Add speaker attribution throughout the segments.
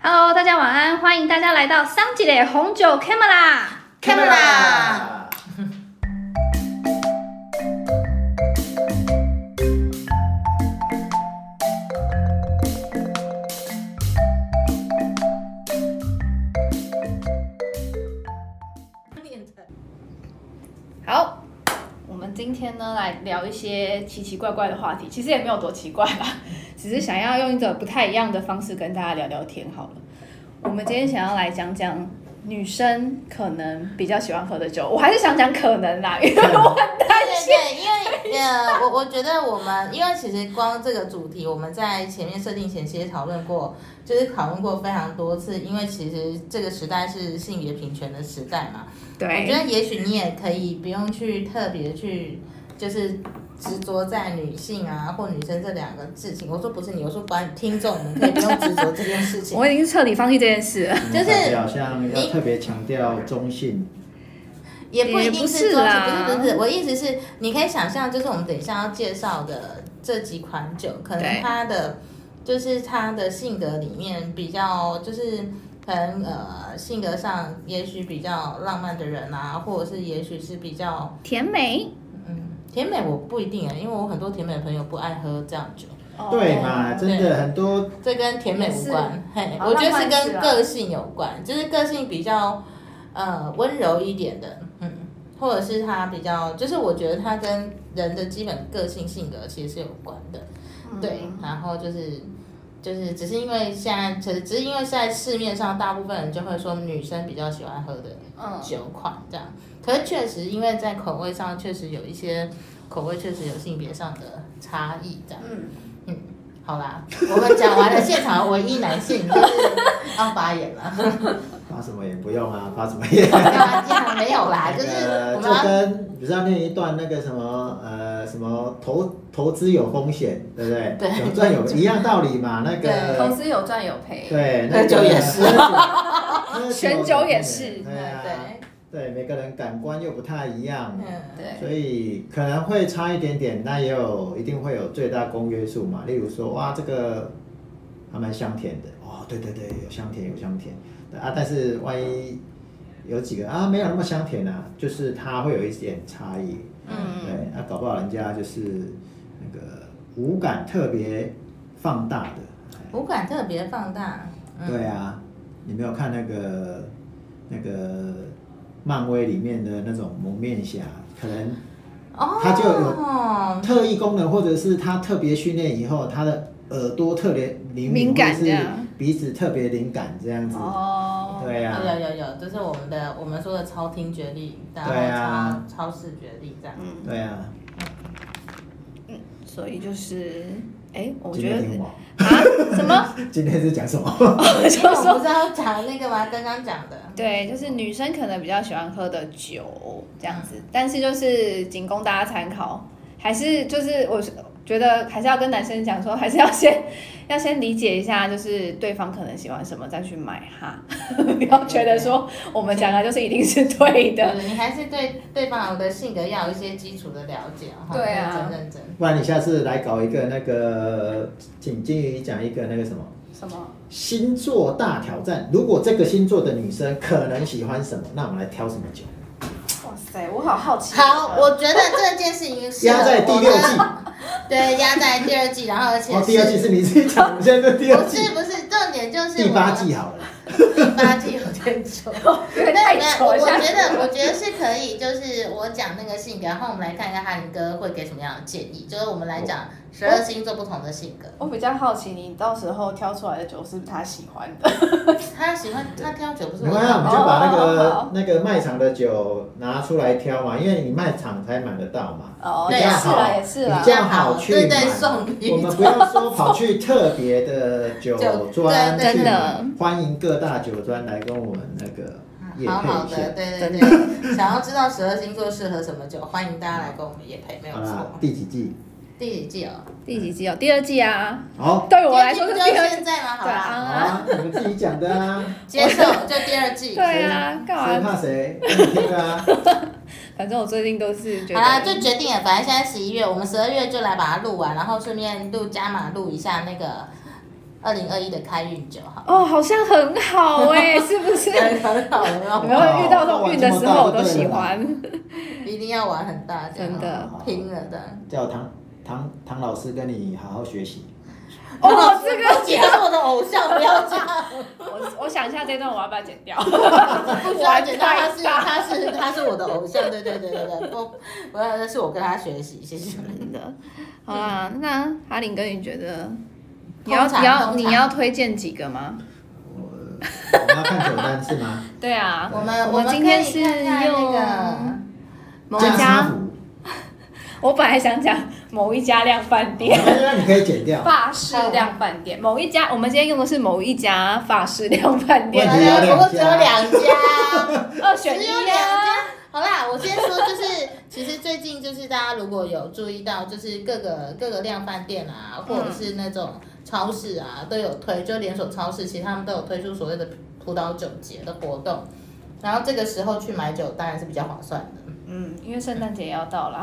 Speaker 1: Hello，大家晚安，欢迎大家来到桑吉的红酒 Camera。
Speaker 2: Camera
Speaker 1: 好，我们今天呢来聊一些奇奇怪怪的话题，其实也没有多奇怪啦， 只是想要用一种不太一样的方式跟大家聊聊天好了。我们今天想要来讲讲女生可能比较喜欢喝的酒，我还是想讲可能啦，因为我很担
Speaker 2: 对
Speaker 1: 心。
Speaker 2: 对，因为呃，我我觉得我们因为其实光这个主题，我们在前面设定前其实讨论过，就是讨论过非常多次，因为其实这个时代是性别平权的时代嘛。我觉
Speaker 1: 对，
Speaker 2: 得也许你也可以不用去特别去就是执着在女性啊或女生这两个事情。我说不是你，我说管听众，我们可以不用执着这件事情。
Speaker 1: 我已经彻底放弃这件事了。
Speaker 2: 就是
Speaker 3: 嗯代表像要特别强调中性，
Speaker 2: 也不一
Speaker 1: 也不
Speaker 2: 定
Speaker 1: 是
Speaker 2: 是中性，
Speaker 1: 啦
Speaker 2: 不是不是，我意思是，你可以想象，就是我们等一下要介绍的这几款酒，可
Speaker 1: 对
Speaker 2: 能它的就是它的性格里面比较，就是可能呃性格上也许比较浪漫的人啊，或者是也许是比较
Speaker 1: 甜美，
Speaker 2: 嗯甜美，我不一定啊，因为我很多甜美的朋友不爱喝这样酒，
Speaker 1: 哦
Speaker 3: 对嘛？真的很多
Speaker 2: 这跟甜美无关，嘿，
Speaker 1: 好
Speaker 2: 我觉得
Speaker 1: 浪
Speaker 2: 是
Speaker 1: 漫是
Speaker 2: 跟
Speaker 1: 啊
Speaker 2: 个性有关，就是个性比较呃温柔一点的，嗯，或者是他比较，就是我觉得他跟人的基本个性性格其实是有关的，
Speaker 1: 嗯
Speaker 2: 对，然后就是。就是只是因为现在，只是只是因为在市面上，大部分人就会说女生比较喜欢喝的
Speaker 1: 嗯，
Speaker 2: 酒款这样。可是确实，因为在口味上确实有一些口味确实有性别上的差异这样。
Speaker 1: 嗯，
Speaker 2: 好啦，我们讲完了现场唯一男性就是要发言了，
Speaker 3: 发什么也不用啊，发什么也。
Speaker 2: 没有啊这样没有啦，就是
Speaker 3: 呃，
Speaker 2: 我
Speaker 3: 就
Speaker 2: 们要
Speaker 3: 跟你不是要念一段那个什么呃什么投投资有风险，对不对？
Speaker 2: 对
Speaker 3: 有赚有一样道理嘛。那
Speaker 1: 投
Speaker 3: 个
Speaker 1: 资有赚有赔，
Speaker 3: 对，
Speaker 2: 喝
Speaker 3: 那
Speaker 2: 酒
Speaker 3: 个
Speaker 2: 也是，
Speaker 3: 喝酒
Speaker 1: 选酒也是
Speaker 3: 对啊，
Speaker 2: 对，
Speaker 3: 对，每个人感官又不太一样，
Speaker 2: 嗯，
Speaker 1: 对，
Speaker 3: 所以可能会差一点点，那也有一定会有最大公约数嘛。例如说，哇，这个还蛮香甜的，哦，对对对，有香甜有香甜啊，但是万一有几个啊没有那么香甜啊，就是它会有一点差异，
Speaker 1: 嗯，
Speaker 3: 对，那、搞不好人家就是那个五感特别放大的，哎
Speaker 2: 五感特别放大，嗯
Speaker 3: 对啊，你没有看那个那个漫威里面的那种蒙面侠，可能。
Speaker 2: 哦，
Speaker 3: 他就有特异功能，或者是他特别训练以后，他的耳朵特别灵
Speaker 1: 敏
Speaker 3: 敏，
Speaker 1: 感
Speaker 3: 或是
Speaker 1: 这样
Speaker 3: 鼻子特别灵感这样子。
Speaker 1: 哦，
Speaker 3: 对啊呀、
Speaker 2: 有有有，这是我们的我们说的超听觉力，然
Speaker 3: 对啊
Speaker 2: 后超超视觉力这样，
Speaker 3: 对啊呀、
Speaker 1: 所以就是，哎，我
Speaker 3: 今
Speaker 1: 觉
Speaker 3: 天
Speaker 1: 得
Speaker 3: 听我，
Speaker 1: 啊，什么？
Speaker 3: 今天是讲什么？
Speaker 1: 我就
Speaker 2: 因为我
Speaker 1: 说
Speaker 2: 们不，是要讲那个吗？刚刚讲的，
Speaker 1: 对，就是女生可能比较喜欢喝的酒这样子，但是就是仅供大家参考，还是就是我是觉得还是要跟男生讲说，还是要先 要先理解一下，就是对方可能喜欢什么再去买哈， 不要觉得说我们讲的就是一定是对的。
Speaker 2: 对，你还是对对方的性格要有一些基础的了解哈，
Speaker 1: 对啊
Speaker 2: 认真认真。
Speaker 3: 不然你下次来搞一个那个，请金鱼讲一个那个什么
Speaker 1: 什么？
Speaker 3: 星座大挑战。如果这个星座的女生可能喜欢什么，那我们来挑什么酒？
Speaker 1: 哇塞，我好好奇啊
Speaker 2: 好，我觉得这件事情是
Speaker 3: 压在第六季，
Speaker 2: 对，压在第二季，然后而且
Speaker 3: 哦，第二季是你自己讲，我们现在是第二
Speaker 2: 不
Speaker 3: 季、
Speaker 2: 是不是重点就是
Speaker 3: 第
Speaker 2: 我
Speaker 3: 八季好了。
Speaker 2: 第八季有点久，
Speaker 1: 有点
Speaker 2: 那
Speaker 1: 太
Speaker 2: 你们
Speaker 1: 久
Speaker 2: 我
Speaker 1: 了，
Speaker 2: 我
Speaker 1: 下
Speaker 2: 觉得我觉得是可以，就是我讲那个性格，然后我们来看看哈林哥会给什么样的建议，就是我们来讲十二星座不同的性 格，
Speaker 1: 我比较好奇，你到时候挑出来的酒是不是他喜欢的？
Speaker 2: 他喜欢他挑酒不是
Speaker 3: 没关系，啊我们
Speaker 2: 我，
Speaker 3: 就把那
Speaker 1: 哦好
Speaker 3: 个那个卖场的酒拿出来挑嘛，因为你卖场才买得到嘛。
Speaker 1: 哦，
Speaker 2: 对
Speaker 3: 比
Speaker 1: 也
Speaker 3: 较
Speaker 2: 啊
Speaker 1: 是啦，
Speaker 3: 好，
Speaker 1: 也是啦
Speaker 3: 比。较好去
Speaker 2: 对
Speaker 3: 买。
Speaker 2: 对送礼
Speaker 3: 我们不要说跑去特别的酒庄
Speaker 2: 对对
Speaker 3: 去
Speaker 1: 真的
Speaker 3: 买，欢迎各大酒庄来跟我们那个业
Speaker 2: 好好
Speaker 3: 配一
Speaker 2: 的，
Speaker 3: 下。
Speaker 2: 对对对，想要知道十二星座适合什么酒，欢迎大家来跟我们也配，没有
Speaker 3: 好啦
Speaker 2: 错，。
Speaker 3: 第几季？
Speaker 2: 第几季哦？
Speaker 1: 第几季哦？第二季啊。
Speaker 3: 好，
Speaker 1: 对我来说是
Speaker 2: 第
Speaker 1: 第
Speaker 2: 二
Speaker 1: 二
Speaker 2: 季不就
Speaker 1: 季
Speaker 2: 现。在吗？好
Speaker 1: 对
Speaker 2: 啦。
Speaker 1: 啊
Speaker 3: 好啊，你们自己讲的啊，
Speaker 2: 接受就第二季。
Speaker 1: 对啊，
Speaker 3: 谁
Speaker 1: 干嘛？
Speaker 3: 怕谁？你听啊，
Speaker 1: 反正我最近都是觉
Speaker 2: 好啦，
Speaker 1: 得，
Speaker 2: 就决定了。反正现在十一月，我们十二月就来把它录完，然后顺便录加码录一下那个二零二一的开运酒好了。
Speaker 1: 哦，好像很好哎、是不 是？
Speaker 2: 对 很好，很
Speaker 1: 有
Speaker 2: 好
Speaker 1: 没有遇到这种运的时候，我都喜欢。
Speaker 2: 一定要玩很大，这样
Speaker 1: 真的
Speaker 2: 拼了的。
Speaker 3: 叫唐唐唐老师跟你好好学习。
Speaker 1: 哦，这个
Speaker 2: 姐是我的偶像，不要这样，
Speaker 1: 我我想一下这段我要不要剪掉？
Speaker 2: 不需要简单，他是他是他是我的偶像，对对对对对，不，我要是我跟他学习，谢谢。
Speaker 1: 真的。好啦，那阿林哥，你觉得你
Speaker 2: 通
Speaker 1: 要
Speaker 2: 常
Speaker 1: 你要
Speaker 2: 通
Speaker 1: 你
Speaker 2: 常
Speaker 1: 要推荐几个吗？
Speaker 3: 我呃我们要看酒单是吗？
Speaker 1: 对啊，
Speaker 2: 我们
Speaker 1: 我们
Speaker 2: 们
Speaker 1: 今天
Speaker 2: 可以
Speaker 1: 是
Speaker 2: 看看那
Speaker 1: 用
Speaker 2: 个
Speaker 1: 某
Speaker 3: 酱沙
Speaker 1: 一家，
Speaker 3: 福，
Speaker 1: 我本来想讲某一家量饭
Speaker 3: 没
Speaker 1: 店。
Speaker 3: 关哦系那你可以剪掉。
Speaker 1: 法式量饭店，某一家，我们今天用的是某一家法式量饭店
Speaker 3: 问，题有
Speaker 2: 我
Speaker 3: 两
Speaker 2: 我只有两家。
Speaker 1: 二选
Speaker 2: 只
Speaker 1: 一
Speaker 2: 有两家
Speaker 1: 啊。。
Speaker 2: 好啦，我先说，就是其实最近就是大家如果有注意到，就是各个各个量贩店啊，或者是那种超市啊，都有推，就连锁超市，其实他们都有推出所谓的葡萄酒节的活动。然后这个时候去买酒当然是比较划算的，
Speaker 1: 嗯，因为圣诞节也要到啦，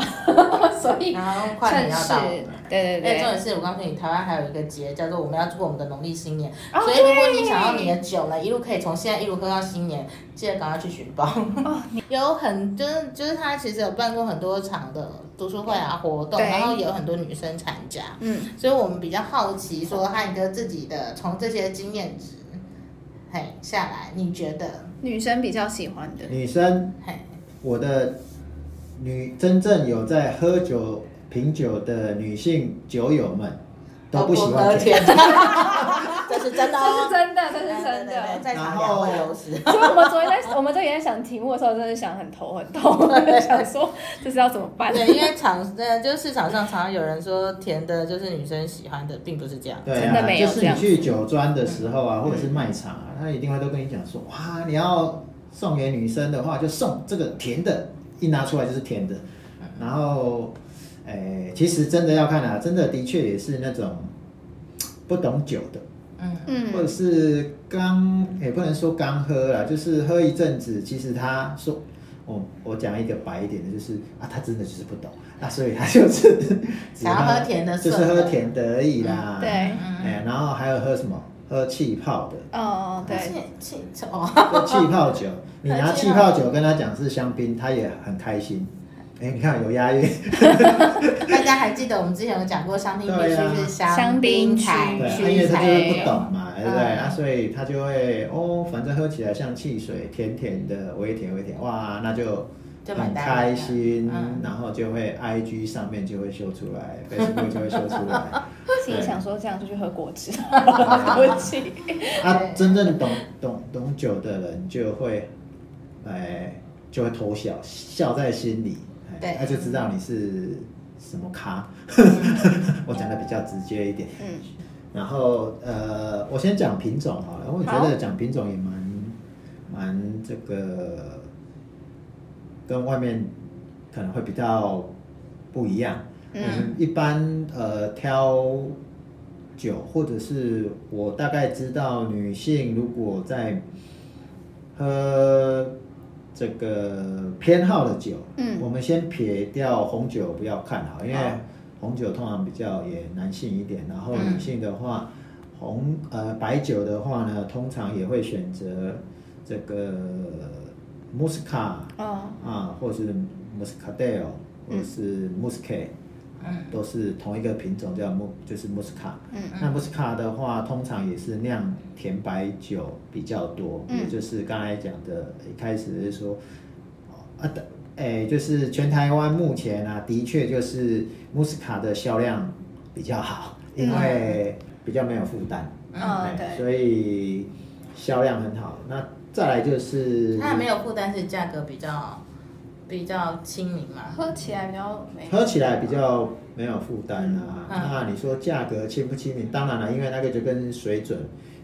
Speaker 1: 所以
Speaker 2: 然后跨年
Speaker 1: 算
Speaker 2: 要
Speaker 1: 是
Speaker 2: 到了。
Speaker 1: 对对
Speaker 2: 而且重
Speaker 1: 对，
Speaker 2: 点是我告诉你，台湾还有一个节叫做我们要过我们的农历新年，
Speaker 1: 哦
Speaker 2: 所以如果你
Speaker 1: 对
Speaker 2: 想要你的酒呢，一路可以从现在一路喝到新年，记得赶快去寻宝。
Speaker 1: 哦
Speaker 2: 有很就是就是他其实有办过很多场的读书会啊活动，
Speaker 1: 对
Speaker 2: 然后也有很多女生参加，
Speaker 1: 嗯，
Speaker 2: 所以我们比较好奇说汉哥自己的从这些经验值，嘿下来，你觉得
Speaker 1: 女生比较喜欢的，
Speaker 3: 女生，
Speaker 2: 嘿
Speaker 3: 我的女真正有在喝酒品酒的女性酒友们都
Speaker 1: 哦
Speaker 3: 不喜欢
Speaker 2: 喝
Speaker 3: 酒。
Speaker 2: 甜， 这是真的
Speaker 1: 这
Speaker 2: 哦
Speaker 1: 是。真的，这
Speaker 2: 对对
Speaker 1: 是真
Speaker 2: 对对
Speaker 1: 的。
Speaker 2: 在场两位都是。
Speaker 1: 所以我们昨天在我们昨天在想题目的时候，真的想很头很痛，我就想说这是要怎么办？
Speaker 2: 对，因为场呃，就是市场上常常有人说甜的，就是女生喜欢的，并不是这样。嗯
Speaker 3: 对
Speaker 1: 真的
Speaker 3: 啊，
Speaker 1: 没
Speaker 3: 就
Speaker 1: 有
Speaker 3: 是
Speaker 1: 这
Speaker 3: 你
Speaker 1: 样
Speaker 3: 去酒庄的时候啊，或者是卖场啊，他一定会都跟你讲说，哇，你要送给女生的话，就送这个甜的，一拿出来就是甜的。
Speaker 2: 嗯
Speaker 3: 然后，诶、其实真的要看啊，真的的确也是那种不懂酒的，
Speaker 2: 嗯，
Speaker 3: 或者
Speaker 1: 嗯，
Speaker 3: 是刚也不能说刚喝啦，就是喝一阵子，其实他说。我我讲一个白一点的，就是啊，他真的就是不懂，那、所以他就是只
Speaker 2: 想要喝甜的
Speaker 3: 就是
Speaker 2: 顺
Speaker 3: 喝
Speaker 2: 的嗯
Speaker 3: 甜的而已啦。
Speaker 1: 对
Speaker 3: 哎，然后还有喝什么？喝气泡的，
Speaker 1: 哦，对，
Speaker 2: 气气哦，
Speaker 3: 喝气泡酒。你拿
Speaker 2: 喝
Speaker 3: 气
Speaker 2: 气泡
Speaker 3: 泡酒跟他讲是香槟，他也很开心。哎，你看有押 韵，
Speaker 2: 大家还记得我们之前有讲过，香槟必须是
Speaker 1: 香槟
Speaker 2: 槟
Speaker 1: 区
Speaker 2: 才
Speaker 3: 啊对，啊
Speaker 1: 去
Speaker 3: 因为他就是
Speaker 1: 才
Speaker 3: 不懂嘛，对不对？
Speaker 2: 嗯
Speaker 3: 啊，所以他就会哦，反正喝起来像汽水，甜甜的，微甜微甜，哇，那就
Speaker 2: 就买
Speaker 3: 很
Speaker 2: 单了
Speaker 3: 开心，
Speaker 2: 嗯
Speaker 3: 然后就会 I G 上面就会秀出来，Facebook 就会秀出来。
Speaker 1: 心里想说这样就去喝果汁，对不起，
Speaker 3: 啊
Speaker 2: 对，
Speaker 3: 真正懂懂懂酒的人就会，哎，就会偷笑，笑在心里，哎
Speaker 2: 对
Speaker 3: 他就知道你是什么咖。 我讲的比较直接一点，
Speaker 1: 嗯，
Speaker 3: 然后呃，我先讲品种好了，我觉
Speaker 1: 好
Speaker 3: 得讲品种也蛮蛮这个跟外面可能会比较不一样。
Speaker 1: 嗯
Speaker 3: 我们一般呃挑酒，或者是我大概知道女性如果在喝这个偏好的酒，
Speaker 1: 嗯
Speaker 3: 我们先撇掉红酒不要看好，因为
Speaker 2: 好
Speaker 3: 红酒通常比较也男性一点，然后
Speaker 2: 嗯
Speaker 3: 女性的话，红呃白酒的话呢，通常也会选择这个 Muscat
Speaker 1: 哦，
Speaker 3: 啊，或是 Muscadel，或是 Muscat，、
Speaker 2: 嗯
Speaker 3: 都是同一个品种叫 Mu，就是 Muscat。
Speaker 1: 嗯
Speaker 3: 那 Muscat 的话，通常也是酿甜白酒比较多，
Speaker 1: 嗯
Speaker 3: 也就是刚才讲的，一开始是说，哦啊的，哎、就是全台湾目前啊，的确就是 Muscat 的销量比较好，因为比较没有负担，
Speaker 1: 嗯
Speaker 3: 哎，
Speaker 1: 对，
Speaker 3: 所以销量很好。那再来就是
Speaker 2: 它没有负担，是价格比较比较亲民嘛。
Speaker 1: 喝起来比较美，
Speaker 3: 喝起来比较没有负担啊。
Speaker 2: 嗯
Speaker 3: 那你说价格亲不亲民？当然了，因为那个就跟水准、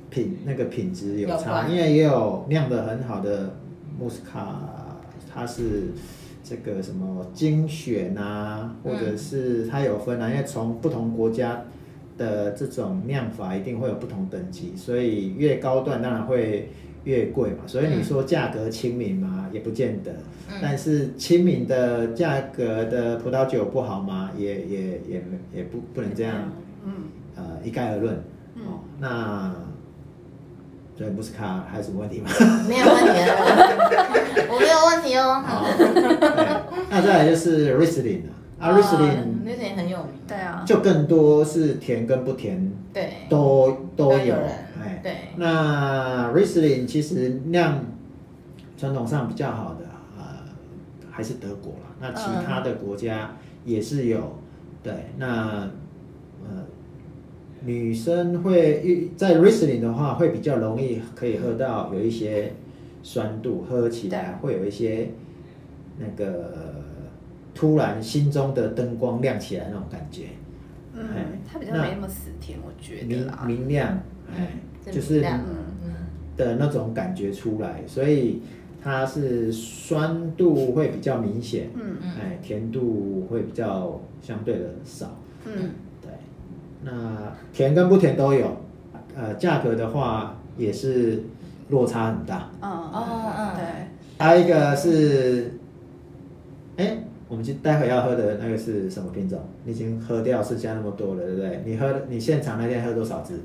Speaker 3: 品那个品质有
Speaker 2: 有
Speaker 3: 差，
Speaker 2: 关
Speaker 3: 因为也有酿得很好的穆斯卡，它是。这个什么精选啊，或者是它有分啊，因为从不同国家的这种酿法一定会有不同等级，所以越高段当然会越贵嘛。所以你说价格亲民嘛，也不见得。但是亲民的价格的葡萄酒不好吗？也也也也不不能这样
Speaker 1: 嗯
Speaker 3: 呃一概而论。哦，那对不是卡还有什么问题吗？
Speaker 2: 没有问题啊，我没有问题哦。
Speaker 3: 好，对那再来就是 Riesling 啊，啊
Speaker 1: 哦
Speaker 3: Riesling
Speaker 2: 嗯那点很有名，
Speaker 1: 对啊，
Speaker 3: 就更多是甜跟不甜
Speaker 2: 对，
Speaker 3: 都都
Speaker 2: 都
Speaker 3: 有
Speaker 2: 有人，
Speaker 3: 哎，
Speaker 2: 对
Speaker 3: 那 Riesling 其实酿传统上比较好的啊、呃，还是德国啦。那其他的国家也是有，对，那呃，女生会遇在 Riesling 的话，会比较容易可以喝到有一些酸度，喝起来会有一些那个突然心中的灯光亮起来那种感觉。哎
Speaker 1: 嗯，它比较没那么死甜，我觉得
Speaker 3: 明
Speaker 1: 啦。
Speaker 3: 明亮，哎，
Speaker 2: 嗯
Speaker 3: 就
Speaker 2: 这
Speaker 3: 是
Speaker 2: 明亮
Speaker 1: 嗯
Speaker 3: 的那种感觉出来，所以它是酸度会比较明显，
Speaker 1: 嗯
Speaker 2: 嗯
Speaker 3: 哎，甜度会比较相对的少，
Speaker 1: 嗯，
Speaker 3: 对，那甜跟不甜都有，呃，价格的话也是落差很大，
Speaker 1: 嗯哦，
Speaker 2: 哦嗯，
Speaker 1: 对，
Speaker 3: 还有一个是，哎、我们今待会要喝的那个是什么品种？你已经喝掉剩下那么多了，对不对？你喝你现场那天喝多少支？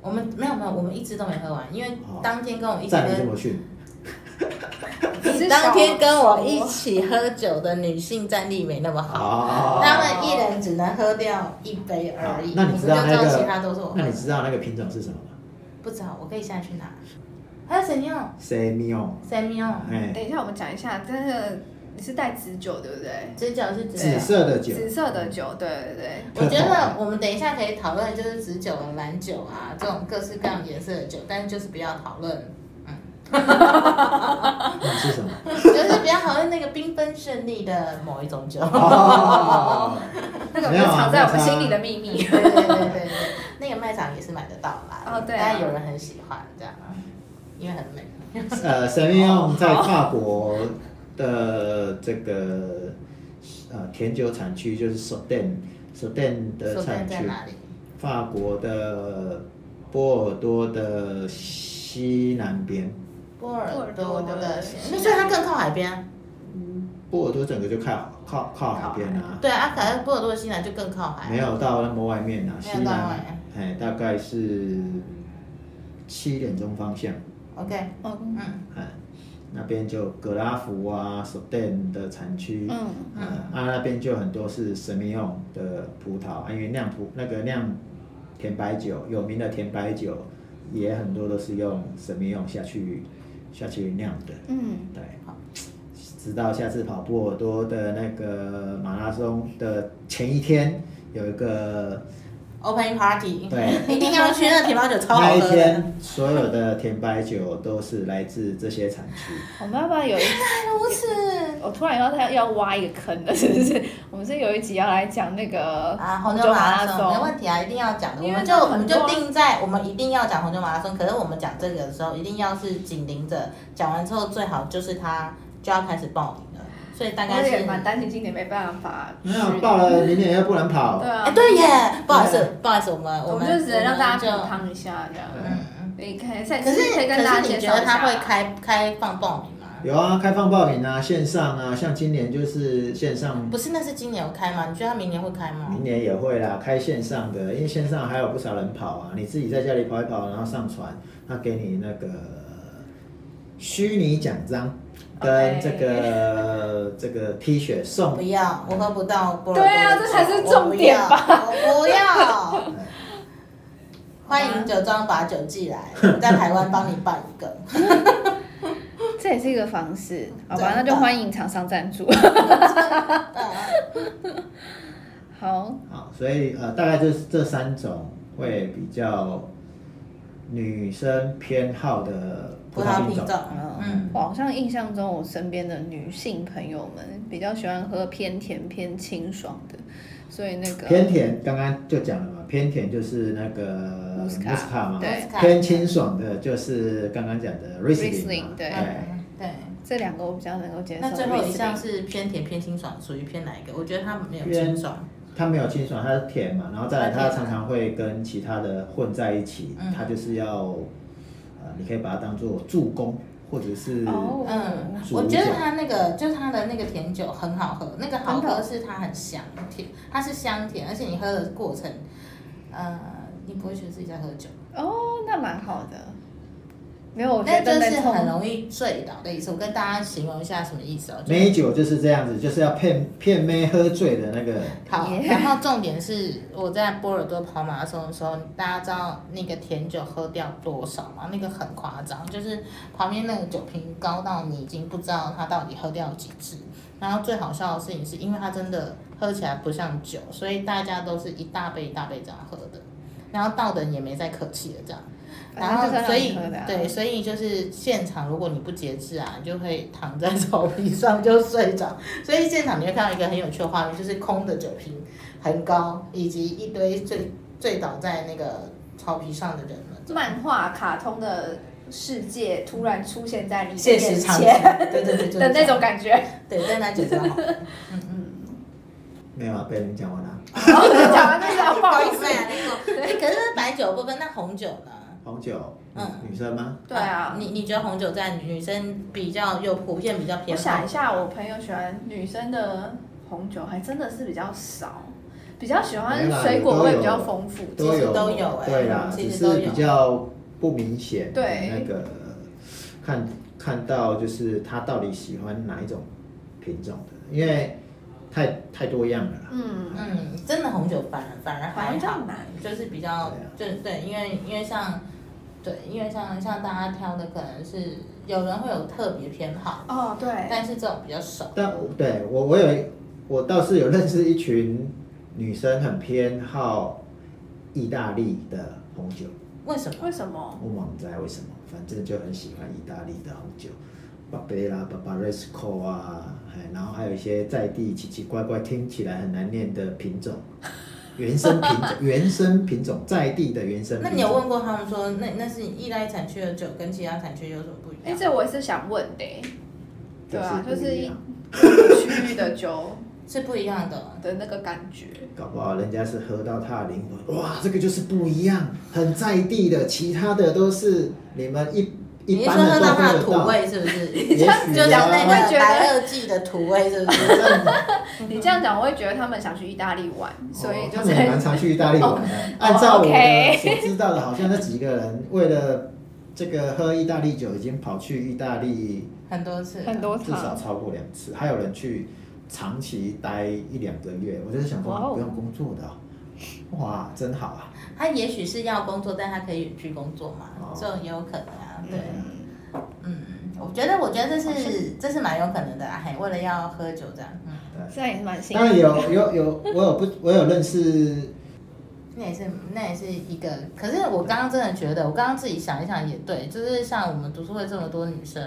Speaker 2: 我们没有没有，我们一支都没喝完，因为
Speaker 3: 哦
Speaker 2: 当天跟我一起
Speaker 3: 在你这
Speaker 2: 喝
Speaker 3: 么逊，
Speaker 1: 是
Speaker 2: 当天跟我一
Speaker 1: 小
Speaker 2: 起喝酒的女性战力没那么好，
Speaker 3: 好
Speaker 2: 她们一人只能喝掉一杯而已。
Speaker 3: 哦啊那你知道那
Speaker 2: 我们就知道其他都是
Speaker 3: 个
Speaker 2: 我？喝
Speaker 1: 嗯
Speaker 3: 那你
Speaker 2: 的。
Speaker 3: 知道那个品种是什么吗
Speaker 2: 不知道，我可以下去拿。还有谁用？
Speaker 3: s e m i o
Speaker 2: 谁没用？
Speaker 3: 哎，
Speaker 1: 等一下，我们讲一下，真的你是带紫酒对不对？
Speaker 2: 直角是直
Speaker 3: 紫
Speaker 2: 角。
Speaker 3: 色的酒，
Speaker 1: 紫色的酒，对对对，
Speaker 2: 我觉得我们等一下可以讨论，就是紫酒啊、蓝酒啊这种各式各样颜色的酒，但是就是不要讨 论，
Speaker 3: 嗯是 什么？
Speaker 2: 就是不要讨论那个缤纷绚丽的某一种酒。
Speaker 3: 哦，
Speaker 1: 那个我
Speaker 3: 没
Speaker 1: 们
Speaker 3: 有啊
Speaker 1: 藏在我们心里的秘 密。
Speaker 2: 对对对对对，那个卖场也是买得到啦。
Speaker 1: 哦对啊
Speaker 2: 但有人很喜欢这样，啊因为很美。
Speaker 3: 呃 s e m i o
Speaker 1: 哦
Speaker 3: 在法国的这个呃甜酒产区就是 Soden，Soden 的
Speaker 2: 说
Speaker 3: 产
Speaker 2: 店
Speaker 3: 区，
Speaker 2: 在哪里？
Speaker 3: 法国的波尔多的西南边，
Speaker 2: 波尔多
Speaker 1: 波尔多的
Speaker 2: 的，那所以它更靠海边啊。
Speaker 3: 波尔多整个就靠靠靠海边啊，
Speaker 2: 对啊，可是波尔多的西南就更靠海。
Speaker 3: 没有到那么外面啊，
Speaker 2: 没有
Speaker 3: 西
Speaker 2: 到外
Speaker 3: 南，哎，大概是七点钟方向。
Speaker 2: OK，
Speaker 1: 嗯
Speaker 2: 嗯，
Speaker 3: 嗯，那边就格拉福啊、索甸的产区，
Speaker 1: 嗯
Speaker 3: 嗯，啊那边就很多是神秘用的葡萄，啊因为酿葡那个酿甜白酒有名的甜白酒也很多都是用神秘用下去下去酿的，
Speaker 1: 嗯，
Speaker 3: 对
Speaker 2: 好，
Speaker 3: 直到下次跑波尔多的那个马拉松的前一天有一个
Speaker 2: Open Party，
Speaker 3: 对
Speaker 2: 一定要去，那个甜包酒超
Speaker 3: 那
Speaker 2: 好
Speaker 3: 一
Speaker 2: 喝的。
Speaker 3: 天所有的甜白酒都是来自这些产区。
Speaker 1: 我哎们要不要有一？
Speaker 2: 如此
Speaker 1: 我突然要他要挖一个坑了，是不是？ 我们是有一集要来讲那个
Speaker 2: 啊，红
Speaker 1: 红
Speaker 2: 酒
Speaker 1: 州
Speaker 2: 马
Speaker 1: 马
Speaker 2: 拉松没问题啊，一定要讲的。我
Speaker 1: 因为
Speaker 2: 们就我们
Speaker 1: 很多
Speaker 2: 就
Speaker 1: 啊
Speaker 2: 定在我们一定要讲红酒马拉松，可是我们讲这个的时候，一定要是紧邻着，讲完之后最好就是它就要开始报名了，所以大概
Speaker 1: 我也
Speaker 2: 是。
Speaker 1: 蛮担心今年没办法去。
Speaker 3: 没有报了，明年又不能跑。
Speaker 1: 对啊，
Speaker 2: 哎，对耶，不好意
Speaker 3: 对
Speaker 2: 思，不好意思，我们
Speaker 1: 我
Speaker 2: 们
Speaker 1: 们就只能让大家
Speaker 2: 我
Speaker 1: 补
Speaker 2: 们就
Speaker 1: 汤一下这样。
Speaker 3: 嗯
Speaker 2: 嗯，
Speaker 1: 你可以再
Speaker 2: 可是
Speaker 1: 可以跟大家
Speaker 2: 可是
Speaker 1: 介
Speaker 2: 你觉
Speaker 1: 绍
Speaker 2: 得
Speaker 1: 一下。
Speaker 2: 他会开开放报名吗？
Speaker 3: 有啊，开放报名啊，线上啊，像今年就是线上，
Speaker 2: 不是，那是今年有开吗？你觉得他明年会开吗
Speaker 3: 明？年也会啦，开线上的，因为线上还有不少人跑啊，你自己在家里跑一跑，然后上传，他给你那个虚拟奖章跟
Speaker 1: OK
Speaker 3: 这个这个 T 恤送
Speaker 2: 不。要，我喝不到波尔多
Speaker 1: 对啊
Speaker 2: 的酒
Speaker 1: 这才是重点吧
Speaker 2: 我不要，我不要欢迎酒庄把酒寄来，我在台湾帮你办一个。
Speaker 1: 这也是一个方式，好吧？
Speaker 2: 真的
Speaker 1: 那就欢迎厂商赞助。
Speaker 2: 嗯
Speaker 1: 好，
Speaker 3: 好，所以呃，大概就是这三种会比较女生偏好的
Speaker 2: 葡
Speaker 3: 葡
Speaker 2: 萄
Speaker 3: 萄
Speaker 2: 品
Speaker 3: 品
Speaker 2: 种
Speaker 3: 种。，
Speaker 2: 嗯，
Speaker 1: 我好像印象中我身边的女性朋友们比较喜欢喝偏甜偏清爽的，所以那个
Speaker 3: 偏甜，刚刚就讲了嘛，偏甜就是那个
Speaker 1: 莫斯卡
Speaker 3: 卡嘛，
Speaker 1: 对
Speaker 3: 偏清爽的就是刚刚讲的 Riesling，嘛哎
Speaker 1: Riesling，对
Speaker 2: 嗯对。
Speaker 1: 这两个我比较能够接受。
Speaker 2: 那最后一项是偏甜偏清爽，属于偏哪一个？我觉得它没有清爽，
Speaker 3: 它没有清爽，它是甜嘛，然后再来
Speaker 2: 它
Speaker 3: 它
Speaker 2: 甜
Speaker 3: 常常会跟其他的混在一起
Speaker 2: 嗯，
Speaker 3: 它就是要，呃，你可以把它当做助攻或者是
Speaker 1: 哦，
Speaker 2: 嗯
Speaker 1: 嗯，
Speaker 3: 属于
Speaker 2: 我觉得它那个就是它的那个甜酒很好喝，那个好
Speaker 1: 真
Speaker 2: 喝
Speaker 1: 的哦
Speaker 2: 是它很香甜，它是香甜，而且你喝的过程，呃，你不会觉得自己在喝酒，
Speaker 1: 哦，那蛮好的。没有，我觉
Speaker 2: 但真
Speaker 1: 得那
Speaker 2: 是很
Speaker 1: 痛。
Speaker 2: 容易醉倒的意思。我跟大家形容一下什么意思哦。就是
Speaker 3: 美酒就是这样子，就是要骗骗妹喝醉的那个。
Speaker 2: 好
Speaker 1: Yeah
Speaker 2: 然后重点是我在波尔多跑马拉松的时候，大家知道那个甜酒喝掉多少吗？那个很夸张，就是旁边那个酒瓶高到你已经不知道它到底喝掉几支。然后最好笑的事情是因为它真的喝起来不像酒，所以大家都是一大杯一大杯这样喝的，然后道等也没再客气了这样。然
Speaker 1: 反正
Speaker 2: 后
Speaker 1: 就是
Speaker 2: 所
Speaker 1: 让你
Speaker 2: 以
Speaker 1: 喝的、啊，
Speaker 2: 对，所以就是现场，如果你不节制啊，你就会躺在 草皮上就睡着。所以现场你会看到一个很有趣的画面，就是空的酒瓶很高，以及一堆醉醉倒在那个草皮上的人们。
Speaker 1: 漫画、卡通的世界突然出现在你的
Speaker 2: 现
Speaker 1: 眼
Speaker 2: 实场景
Speaker 1: 前，
Speaker 2: 对对对，就是
Speaker 1: 的
Speaker 2: 这
Speaker 1: 那
Speaker 2: 样
Speaker 1: 种，感 觉。
Speaker 2: 对，但那就是好。
Speaker 3: 没有啊，被你讲完了。
Speaker 1: 然后就讲完就是啊不好意思，
Speaker 2: 啊，那个，哎可是白酒部分，那红酒呢？
Speaker 3: 红酒，
Speaker 2: 嗯
Speaker 3: 女生吗？
Speaker 1: 对啊。
Speaker 2: 你你觉得红酒在女生比较有普遍比较
Speaker 1: 我
Speaker 2: 偏好？
Speaker 1: 想一下，我朋友喜欢女生的红酒，还真的是比较少，比较喜欢
Speaker 3: 没啦
Speaker 1: 水果
Speaker 3: 都
Speaker 1: 味
Speaker 3: 有
Speaker 1: 比较丰富。
Speaker 2: 都有
Speaker 3: 有
Speaker 2: 都有欸
Speaker 3: 对啦，
Speaker 2: 其
Speaker 3: 只
Speaker 2: 实都有
Speaker 3: 是比较不明显。
Speaker 1: 对
Speaker 3: 那个看看到就是他到底喜欢哪一种品种的，因为太太多样了啦。
Speaker 1: 嗯，
Speaker 2: 嗯，真的红酒反而反而
Speaker 1: 反而
Speaker 2: 还
Speaker 1: 比较
Speaker 2: 好，
Speaker 1: 难
Speaker 2: 就是比较就对，因为因为像对，因为像像大家挑的可能是有人会有特别偏好，
Speaker 1: 哦，对，
Speaker 2: 但是这种比较少。
Speaker 3: 但我对我我有我倒是有认识一群女生很偏好意大利的红酒，
Speaker 2: 为什么？
Speaker 1: 为什么？
Speaker 3: 我不知道为什么，反正就很喜欢意大利的红酒，巴贝啦、巴巴瑞斯科啊，哎，然后还有一些在地奇奇怪怪、听起来很难念的品种，原生品 种、原生品种、在地的原生品
Speaker 2: 那
Speaker 3: 种。
Speaker 2: 你有问过他们说，那那是意大利产区的酒跟其他产区有什么不一
Speaker 1: 哎、
Speaker 2: 样？
Speaker 1: 这我也是想问的、对啊，
Speaker 3: 就
Speaker 1: 就是是
Speaker 3: 不一
Speaker 1: 一
Speaker 3: 样
Speaker 1: 区域的酒
Speaker 2: 是不一样的。
Speaker 1: 的那个感觉。
Speaker 3: 搞不好人家是喝到他的灵魂，哇，这个就是不一样，很在地的，其他的都是你们一一
Speaker 2: 你是说
Speaker 3: 般人
Speaker 2: 喝
Speaker 3: 都
Speaker 2: 到它
Speaker 3: 喝
Speaker 2: 的
Speaker 3: 得
Speaker 2: 土
Speaker 3: 到。
Speaker 2: 味是不是？
Speaker 3: 也许
Speaker 2: 就
Speaker 3: 啊
Speaker 2: 是那
Speaker 1: 我
Speaker 2: 个
Speaker 1: 会觉得
Speaker 2: 白垩纪的土味是不是？
Speaker 1: 你这样讲，我会觉得他们想去意大利玩，所以
Speaker 3: 哦
Speaker 1: 就哦
Speaker 3: 他
Speaker 1: 是
Speaker 3: 们也蛮常去意大利玩的。 按照我的所知道的，好像那几个人为了这个喝意大利酒，已经跑去意大利
Speaker 2: 很多次，
Speaker 1: 很多
Speaker 3: 至少
Speaker 1: 场。
Speaker 3: 超过两次，还有人去长期待一两个月。我就是想
Speaker 1: 哇哦
Speaker 3: 说，不用工作的哦、哇，真好啊！
Speaker 2: 他也许是要工作，但他可以远距工作嘛，
Speaker 3: 哦
Speaker 2: 这种也有可能啊。对，
Speaker 1: 嗯
Speaker 2: 嗯，我觉得，我觉得这是这是蛮有可能的啊，嘿，为了要喝酒这样，嗯，
Speaker 1: 这样也是蛮幸
Speaker 3: 当然
Speaker 1: 运。
Speaker 3: 有有有，我有不我有认识
Speaker 2: 那也是那也是一个。可是我刚刚真的觉得，我刚刚自己想一想也对，就是像我们读书会这么多女生，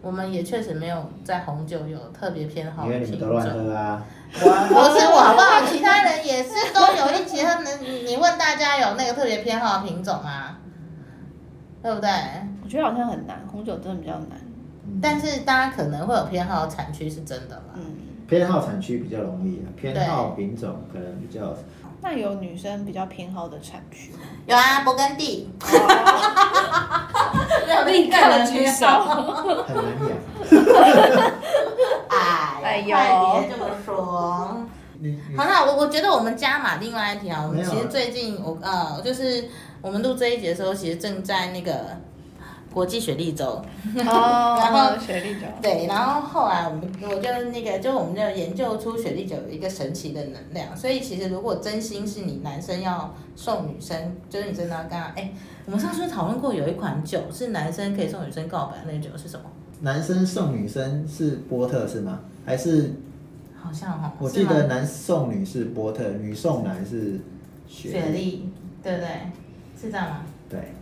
Speaker 2: 我们也确实没有在红酒有特别偏好
Speaker 3: 因
Speaker 2: 的
Speaker 3: 为你
Speaker 2: 品
Speaker 3: 们
Speaker 2: 种。
Speaker 3: 都乱喝啊，
Speaker 2: 我是我好不好？其他人也是都有一起喝。你你问大家有那个特别偏好的品种吗？对不对？
Speaker 1: 我觉得好像很难，红酒真的比较难。
Speaker 3: 嗯
Speaker 2: 但是大家可能会有偏好的产区是真的啦。
Speaker 1: 嗯，
Speaker 3: 偏好产区比较容易啊，偏
Speaker 2: 对
Speaker 3: 好品种可能比较
Speaker 1: 那有女生比较偏好的产区吗？
Speaker 2: 有啊，勃艮第。
Speaker 1: 哦立刻举手。
Speaker 3: 很难养。
Speaker 2: 哎，
Speaker 1: 哎呦
Speaker 2: 快别这么说。
Speaker 3: 你你
Speaker 2: 好啦，我我觉得我们加码另外一条，我们
Speaker 3: 没有啊
Speaker 2: 其实最近我呃，就是我们录这一节的时候，其实正在那个国际雪莉周，
Speaker 1: 哦，雪莉酒。
Speaker 2: 对，然后后来我们我就那个，就我们就研究出雪莉酒有一个神奇的能量，所以其实如果真心是你男生要送女生，就是你真的要跟他，哎，我们上次讨论过有一款酒是男生可以送女生告白，那个酒是什么？
Speaker 3: 男生送女生是波特是吗？还是
Speaker 2: 好像哈，
Speaker 3: 我
Speaker 2: 是
Speaker 3: 记
Speaker 2: 吗
Speaker 3: 得男送女是波特，女送男是雪
Speaker 2: 雪莉，对不对？是这样吗？
Speaker 3: 对，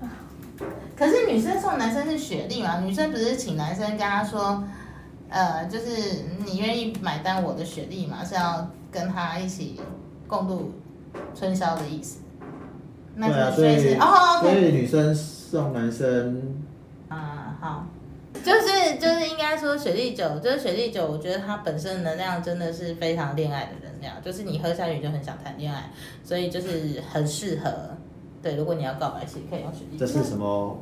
Speaker 2: 可是女生送男生是雪莉嘛？女生不是请男生跟他说，呃，就是你愿意买单我的雪莉嘛？是要跟他一起共度春宵的意思。那
Speaker 3: 对啊，
Speaker 2: 是
Speaker 3: 所以
Speaker 2: 是哦
Speaker 3: 所
Speaker 2: ，OK，
Speaker 3: 以女生送男生
Speaker 2: 啊，好，就是就是应该说雪莉酒，就是雪莉酒，我觉得它本身能量真的是非常恋爱的能量，就是你喝下去你就很想谈恋爱，所以就是很适合。对，如果你要告白，其实可以用雪莉酒
Speaker 3: 这。是什么？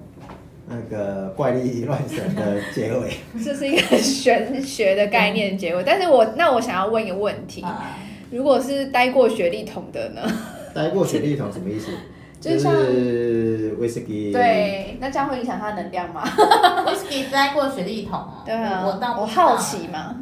Speaker 3: 那个怪力乱神的结尾，
Speaker 1: 这是一个玄学的概念结果，但是我那我想要问一个问题，
Speaker 2: 啊
Speaker 1: 如果是待过雪莉桶的呢？
Speaker 3: 待过雪莉桶什么意思？
Speaker 1: 就
Speaker 3: 就是
Speaker 1: 像
Speaker 3: 是威士忌，，
Speaker 1: 对，那这样会影响它的能量吗？
Speaker 2: whisky 摘过雪莉桶哦，
Speaker 1: 对啊，
Speaker 2: 我倒不
Speaker 1: 我
Speaker 2: 知道
Speaker 1: 好奇嘛，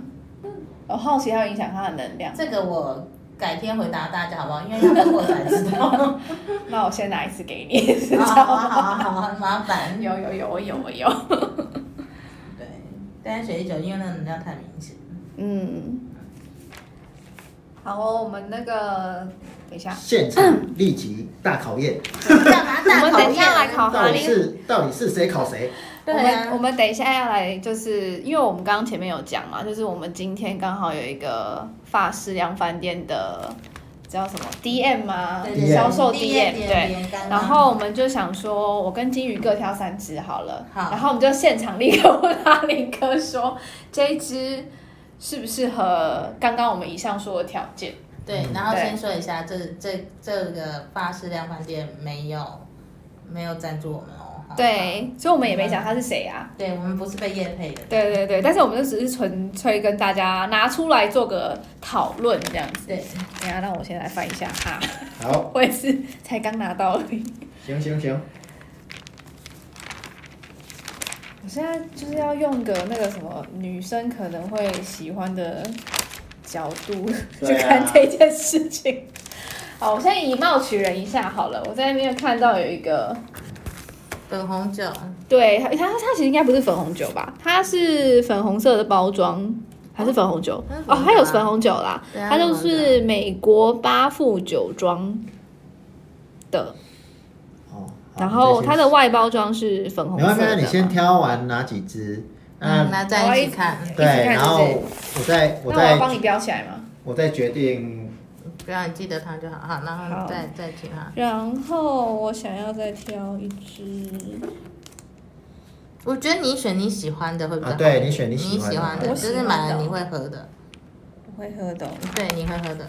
Speaker 1: 我好奇它会影响它的能量。
Speaker 2: 这个我改天回答大家好不好？因为要问我才知 道。
Speaker 1: 那我先拿一次给你，知
Speaker 2: 好
Speaker 1: 道
Speaker 2: 啊
Speaker 1: 吗？
Speaker 2: 好啊好啊，麻 烦。
Speaker 1: 有有有，我有我有。
Speaker 2: 对，但是雪莉酒因为那个能量太明 显。
Speaker 1: 嗯，好哦，我们那个等一下，
Speaker 3: 现场立即大考验，
Speaker 2: 干嘛大
Speaker 1: 我们等一下
Speaker 2: 考
Speaker 1: 来
Speaker 2: 验
Speaker 1: 考
Speaker 3: 到
Speaker 1: 哈
Speaker 3: 底
Speaker 1: 利
Speaker 3: 是到底是谁考谁？
Speaker 1: 我
Speaker 2: 对
Speaker 1: 们
Speaker 2: 啊
Speaker 1: 我，们等一下要来，就是因为我们刚刚前面有讲嘛，就是我们今天刚好有一个法式量饭店的叫什么 DM 啊
Speaker 2: 对，
Speaker 3: 对对
Speaker 1: 销售 DM
Speaker 2: DM
Speaker 1: 对。
Speaker 2: DM 刚刚
Speaker 1: 然后我们就想说，我跟金鱼各挑三只好了，
Speaker 2: 好
Speaker 1: 然后我们就现场立刻问阿林哥说， 这一只适不适合刚刚我们以上说的条件？
Speaker 2: 对，然后
Speaker 1: 嗯对
Speaker 2: 先说一下，这这这个巴士量饭店没有没有赞助我们哦。好嗯
Speaker 1: 对，所以我们也没讲他是谁啊。
Speaker 2: 对，我们不是被业配的。
Speaker 1: 对对对，但是我们就只是纯粹跟大家拿出来做个讨论这样子。
Speaker 2: 对，
Speaker 1: 等一下让我先来翻一下哈，
Speaker 3: 好，
Speaker 1: 我也是才刚拿到而已。
Speaker 3: 行行行，
Speaker 1: 我现在就是要用个那个什么女生可能会喜欢的角度、去
Speaker 3: 对啊
Speaker 1: 看这件事情。好，我现在以貌取人一下好了。我在那边看到有一个，
Speaker 2: 粉红酒，嗯
Speaker 1: 对它它它其实应该不是粉红酒吧？它是粉红色的包装，还是粉红酒？
Speaker 2: 它是粉
Speaker 1: 哦，
Speaker 2: 红
Speaker 1: 它有
Speaker 2: 酒啊
Speaker 1: 粉红酒啦。
Speaker 2: 对啊
Speaker 1: 它就是美国八副酒庄的，
Speaker 3: 哦，好
Speaker 1: 然后它的
Speaker 3: 你
Speaker 1: 外包装哦是粉红
Speaker 3: 再先没关系，
Speaker 1: 色的
Speaker 3: 那你
Speaker 1: 嘛。
Speaker 3: 先挑完哪几只？那、
Speaker 2: 嗯，那再一起看，
Speaker 3: 对，
Speaker 1: 一起看
Speaker 3: 然
Speaker 1: 是不
Speaker 3: 后
Speaker 1: 是
Speaker 3: 我再我
Speaker 1: 那我要帮
Speaker 3: 再
Speaker 1: 你标起来嘛。
Speaker 3: 我再决定，
Speaker 2: 不要你记得它就好，好，然
Speaker 1: 好
Speaker 2: 后再再其他。
Speaker 1: 然后我想要再挑一只，
Speaker 2: 我觉得你选你喜欢的会比较好
Speaker 3: 啊对你选你喜欢
Speaker 2: 喜
Speaker 3: 的
Speaker 2: 欢的，就
Speaker 1: 我喜
Speaker 2: 是
Speaker 1: 欢
Speaker 2: 买
Speaker 1: 的
Speaker 2: 了你会喝的，
Speaker 1: 我会喝的哦。
Speaker 2: 对，你会喝的。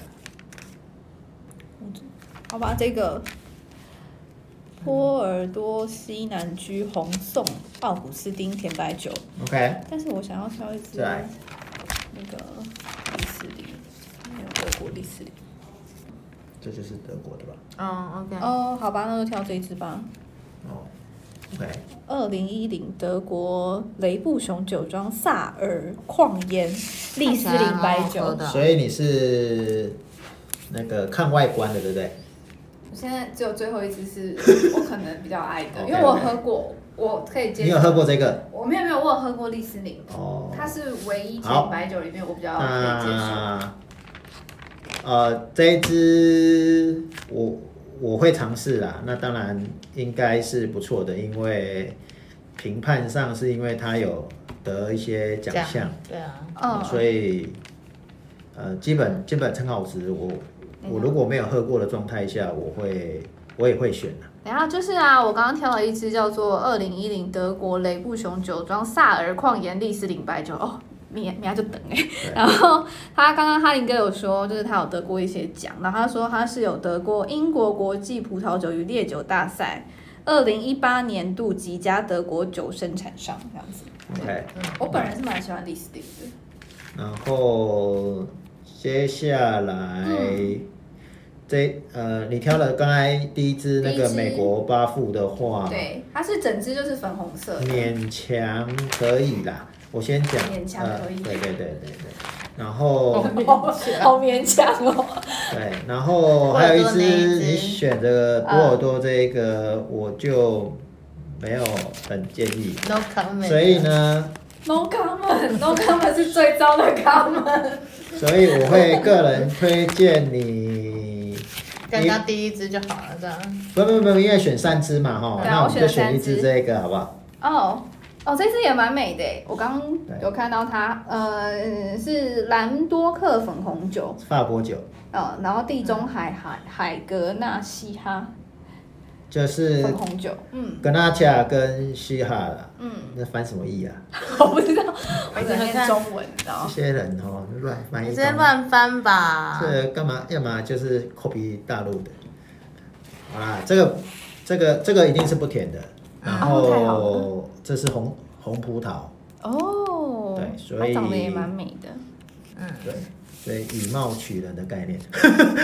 Speaker 1: 好吧，这个波尔多西南居红颂奥古斯丁甜白酒，
Speaker 3: OK，
Speaker 1: 但是我想要挑一只
Speaker 3: 再来
Speaker 1: 那个利斯林，没有德国利斯林。
Speaker 3: 这就是德国的吧？
Speaker 2: 嗯，OK。
Speaker 1: 哦，好吧，那就挑这一只吧。
Speaker 3: 哦，OK，
Speaker 1: 二零一零德国雷布熊酒庄萨尔矿烟利斯
Speaker 2: 看
Speaker 1: 林白酒。
Speaker 2: 起来蛮好喝的
Speaker 3: 所以你是那个看外观的，对不对？
Speaker 1: 我现在只有最后一 只是我可能比较爱的，因为我
Speaker 3: OK，OK
Speaker 1: 喝过，我可以接受。
Speaker 3: 你有喝过这个？
Speaker 1: 我没有没有，我有喝过利斯林，
Speaker 3: 哦，
Speaker 1: 它是唯一
Speaker 3: 好
Speaker 1: 甜白酒里面我比较可以接受。
Speaker 3: 那呃，这一支我我会尝试啦。那当然应该是不错的，因为评判上是因为它有得一些奖
Speaker 2: 这样
Speaker 3: 项，
Speaker 2: 对啊，
Speaker 1: 嗯，
Speaker 3: 所以呃，基本基本参考值我我如果没有喝过的状态下，我会我也会选的。
Speaker 1: 然后就是啊，我刚刚挑了一支叫做二零一零德国雷布熊酒庄萨尔矿盐利斯林白酒哦。明明就等哎、然后他刚刚哈林哥有说，就是他有得过一些奖，然后他说他是有得过英国国际葡萄酒与烈酒大赛二零一八年度极佳德国酒生产商这样子。
Speaker 3: OK，
Speaker 1: 我本人是蛮喜欢利斯林的，
Speaker 3: 然后接下来、
Speaker 1: 嗯
Speaker 3: 这呃，你挑了刚才第一支那
Speaker 1: 第一
Speaker 3: 个
Speaker 1: 支
Speaker 3: 美国巴富的话，
Speaker 1: 对，它是整支就是粉红色的，
Speaker 3: 勉强可以啦。我先讲，
Speaker 1: 勉强
Speaker 3: 呃
Speaker 1: 可以哦
Speaker 3: 对对对对对。然后
Speaker 1: 好勉强哦。
Speaker 3: 对，然后还有一
Speaker 2: 波尔多那一
Speaker 3: 支
Speaker 2: 支
Speaker 3: 你选的波尔多这个，我就没有很建议。
Speaker 2: ，no comment。
Speaker 3: 所以，呢，
Speaker 1: No comment，No comment 是最糟的 comment。
Speaker 3: 所以我会个人推荐你，
Speaker 2: 刚刚第一支就好了，这样。
Speaker 3: 不不不，因为选三支嘛哈，
Speaker 1: 对啊
Speaker 3: 那我们
Speaker 1: 我选
Speaker 3: 就
Speaker 1: 了
Speaker 3: 选一
Speaker 1: 三
Speaker 3: 支
Speaker 1: 支
Speaker 3: 这个好不好？
Speaker 1: 哦哦，这支也蛮美的欸耶，我刚
Speaker 3: 对
Speaker 1: 有看到它，呃，是兰多克粉红酒，
Speaker 3: 法国酒
Speaker 1: 呃，然后地
Speaker 3: 嗯
Speaker 1: 中海海海格纳西哈
Speaker 3: 就是
Speaker 1: 粉红酒，嗯
Speaker 3: 格纳恰跟西哈啦，
Speaker 1: 嗯，
Speaker 3: 那翻什么译啊？
Speaker 1: 我不知道，我
Speaker 2: 我
Speaker 1: 只
Speaker 2: 只
Speaker 1: 念
Speaker 2: 念
Speaker 1: 中文，然
Speaker 3: 这
Speaker 1: 后
Speaker 3: 些人哦，乱翻
Speaker 2: 你
Speaker 3: 译
Speaker 2: 直
Speaker 3: 东
Speaker 2: 接乱翻吧。
Speaker 3: 这干嘛？要么就是 copy 大陆的。好啦，这个这个这个一定是不甜的，然
Speaker 1: 哦太好
Speaker 3: 后
Speaker 1: 了
Speaker 3: 这是红红葡萄，
Speaker 1: 哦，
Speaker 3: 对所
Speaker 1: 它长得
Speaker 3: 以
Speaker 1: 也蛮美 的。
Speaker 2: 嗯
Speaker 3: 对，所以以貌取人的概念。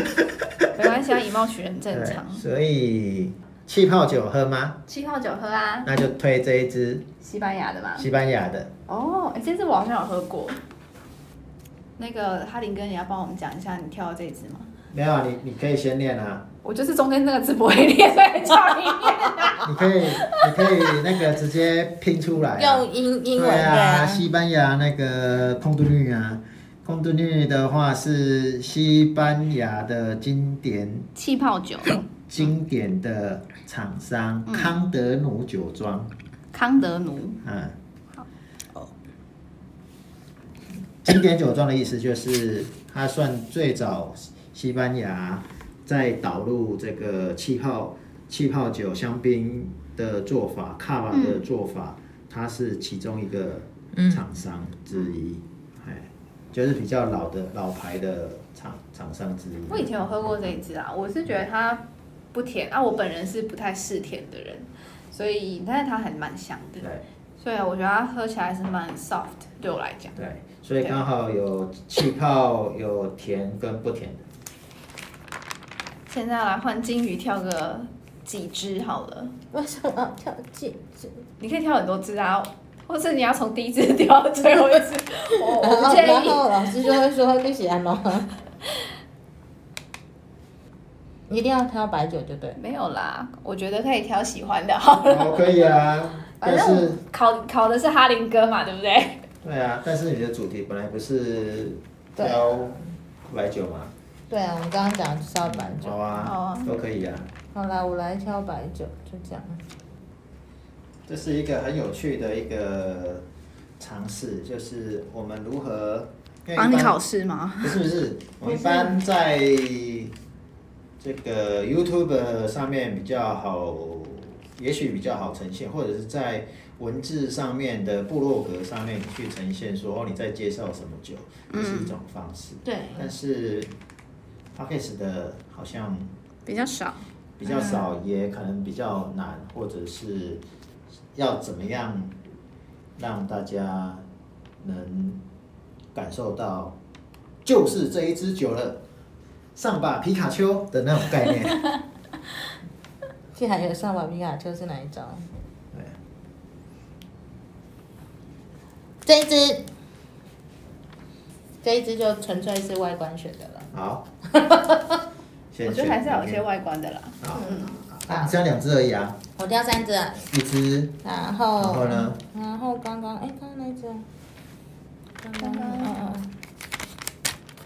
Speaker 1: 没关系，要以貌取人正
Speaker 3: 对
Speaker 1: 常，。
Speaker 3: 所以气泡酒喝吗？
Speaker 1: 气泡酒喝啊，
Speaker 3: 那就推这一支
Speaker 1: 西班牙的吧。
Speaker 3: 西班牙的。
Speaker 1: 哦，哎，这支我好像有喝过。那个哈林哥，你要帮我们讲一下你跳的这一支吗？
Speaker 3: 没有，你你可以先念啊，
Speaker 1: 我就是中间那个字不会念，所以叫你念。
Speaker 3: 你可以你可以那个直接拼出来、啊。
Speaker 2: 用英英文
Speaker 3: 对啊，
Speaker 2: 啊，
Speaker 3: 西班牙那个空杜律啊，空杜律的话是西班牙的经典
Speaker 1: 气泡酒，
Speaker 3: 经典的厂商、
Speaker 2: 嗯
Speaker 3: 康德奴酒庄，
Speaker 1: 康德奴。
Speaker 3: 嗯，
Speaker 2: 哦
Speaker 3: 经典酒庄的意思就是它算最早西班牙在导入这个气泡气泡酒香槟的做法，卡瓦的做法，它是其中一个厂商之一，
Speaker 1: 嗯
Speaker 3: 哎、就是比较老的老牌的厂厂商之一。
Speaker 1: 我以前有喝过这一支啊，我是觉得它不甜啊，我本人是不太嗜甜的人，所以但是它还蛮香的
Speaker 3: 对，
Speaker 1: 所以啊我觉得它喝起来是蛮 soft，对我来讲。
Speaker 3: 对，所以刚好有气泡，有甜跟不甜的。
Speaker 1: 现在来换金鱼跳个几支好了，
Speaker 2: 为什么要跳进去？
Speaker 1: 你可以跳很多支啊，或是你要从第一支跳到最后一支， 我我不建
Speaker 2: 哦然
Speaker 1: 议。
Speaker 2: 后老师就会说对不起，安龙， 一定要挑白酒就对。
Speaker 1: 没有啦，我觉得可以挑喜欢的 好了。
Speaker 3: 哦，可以啊，
Speaker 1: 反
Speaker 3: 但
Speaker 1: 正我
Speaker 3: 是
Speaker 1: 考考的是哈林哥嘛，对不对？
Speaker 3: 对啊，但是你的主题本来不是
Speaker 2: 对
Speaker 3: 挑白酒嘛，
Speaker 2: 对啊，我们刚刚讲的就是要白酒。
Speaker 3: 好
Speaker 1: 好
Speaker 3: 啊
Speaker 1: 啊，
Speaker 3: 都可以啊。
Speaker 2: 好啦，我来挑白酒，就这样。
Speaker 3: 这是一个很有趣的一个尝试，就是我们如何因为一般
Speaker 1: 试吗？
Speaker 3: 不是不是，我一般在这个 YouTube 上面比较好，也许比较好呈现，或者是在文字上面的部落格上面去呈现说哦你在介绍什么酒，这是一种方式。
Speaker 1: 对，
Speaker 3: 但是 p o c k e t 的好像
Speaker 1: 比较少。
Speaker 3: 比较少，也可能比较难，或者是要怎么样让大家能感受到，就是这一支酒了，上吧皮卡丘的那种概念。
Speaker 2: 现在有上把皮卡丘是哪一张？
Speaker 3: 对，
Speaker 2: 这一只，这一只就纯粹是外观选的了。
Speaker 3: 好，先
Speaker 1: 我觉得
Speaker 3: 选
Speaker 1: 还是要有一些
Speaker 3: 哪边
Speaker 1: 外观的啦。
Speaker 3: 好，啊，只有两只而已啊，
Speaker 2: 我挑三只啊，
Speaker 3: 一只，
Speaker 2: 然
Speaker 3: 然
Speaker 2: 后
Speaker 3: 后？呢，
Speaker 2: 然后刚刚哎，刚刚那一只啊，刚刚那
Speaker 1: 刚刚
Speaker 2: 嗯嗯嗯。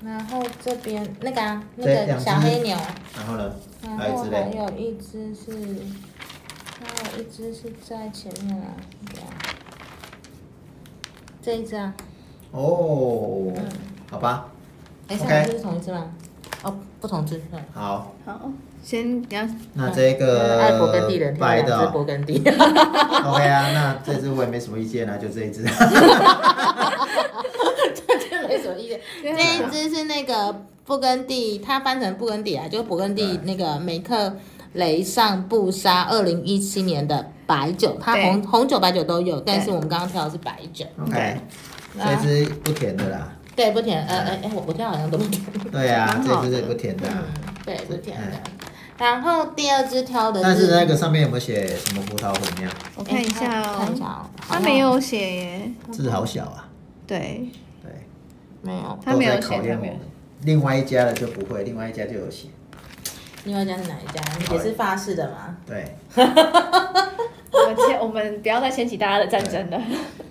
Speaker 2: 然后这边那个啊，那
Speaker 3: 这
Speaker 2: 个
Speaker 3: 两只
Speaker 2: 小黑啊牛，
Speaker 3: 然后呢，
Speaker 1: 嗯
Speaker 2: 然
Speaker 3: 还有一
Speaker 2: 后
Speaker 3: 只
Speaker 2: 还
Speaker 3: 嘞，
Speaker 2: 有一只是，还有一只是在前面啊，对啊，这一只啊，
Speaker 3: 哦，
Speaker 1: 嗯
Speaker 3: 好吧，
Speaker 2: 哎，上
Speaker 3: OK
Speaker 2: 两只是同一只吗？哦，不同只，嗯
Speaker 3: 好。
Speaker 1: 好，先你要
Speaker 3: 那这个
Speaker 2: 爱勃艮第人挑
Speaker 3: 白
Speaker 2: 两
Speaker 3: 呃的
Speaker 2: 只
Speaker 3: 哦
Speaker 2: 勃艮第，
Speaker 3: ，OK 啊，那这只我也没什么意见啊，就这一只。
Speaker 2: 这没什么意见。
Speaker 1: 对啊
Speaker 2: 这一只是那个勃艮第，它翻成勃艮第啊，就是勃艮第那个梅克雷上布沙二零一七年的白酒，它
Speaker 1: 对
Speaker 2: 红红酒、白酒都有，但是
Speaker 1: 对
Speaker 2: 我们刚刚挑的是白酒。
Speaker 3: OK，
Speaker 2: 啊
Speaker 3: 这只不甜的啦。
Speaker 2: 对，不甜，呃，哎、哎，我我挑好像都不甜，
Speaker 3: 对啊，
Speaker 1: 蛮
Speaker 3: 这
Speaker 1: 好的
Speaker 3: 只是不甜的啊。 哎
Speaker 2: 对，不甜的。然后第二只挑的
Speaker 3: 但是
Speaker 2: 是，
Speaker 3: 那个上面有没有写什么葡萄混酿？
Speaker 1: 我看一下
Speaker 2: 哎看一下
Speaker 1: 哦，
Speaker 2: 哦，
Speaker 1: 他没，有写耶。
Speaker 3: 字好小啊。
Speaker 1: 对，
Speaker 3: 对，
Speaker 2: 没有。
Speaker 1: 他没有
Speaker 3: 都在考
Speaker 1: 写，
Speaker 3: 验
Speaker 1: 他
Speaker 3: 我
Speaker 1: 没有
Speaker 3: 们。另外一家的就不会，另外一家就有写。
Speaker 2: 另外一家是哪一家？也是法式的嘛？
Speaker 3: 对，
Speaker 1: 我们先，我们不要再掀起大家的战争了。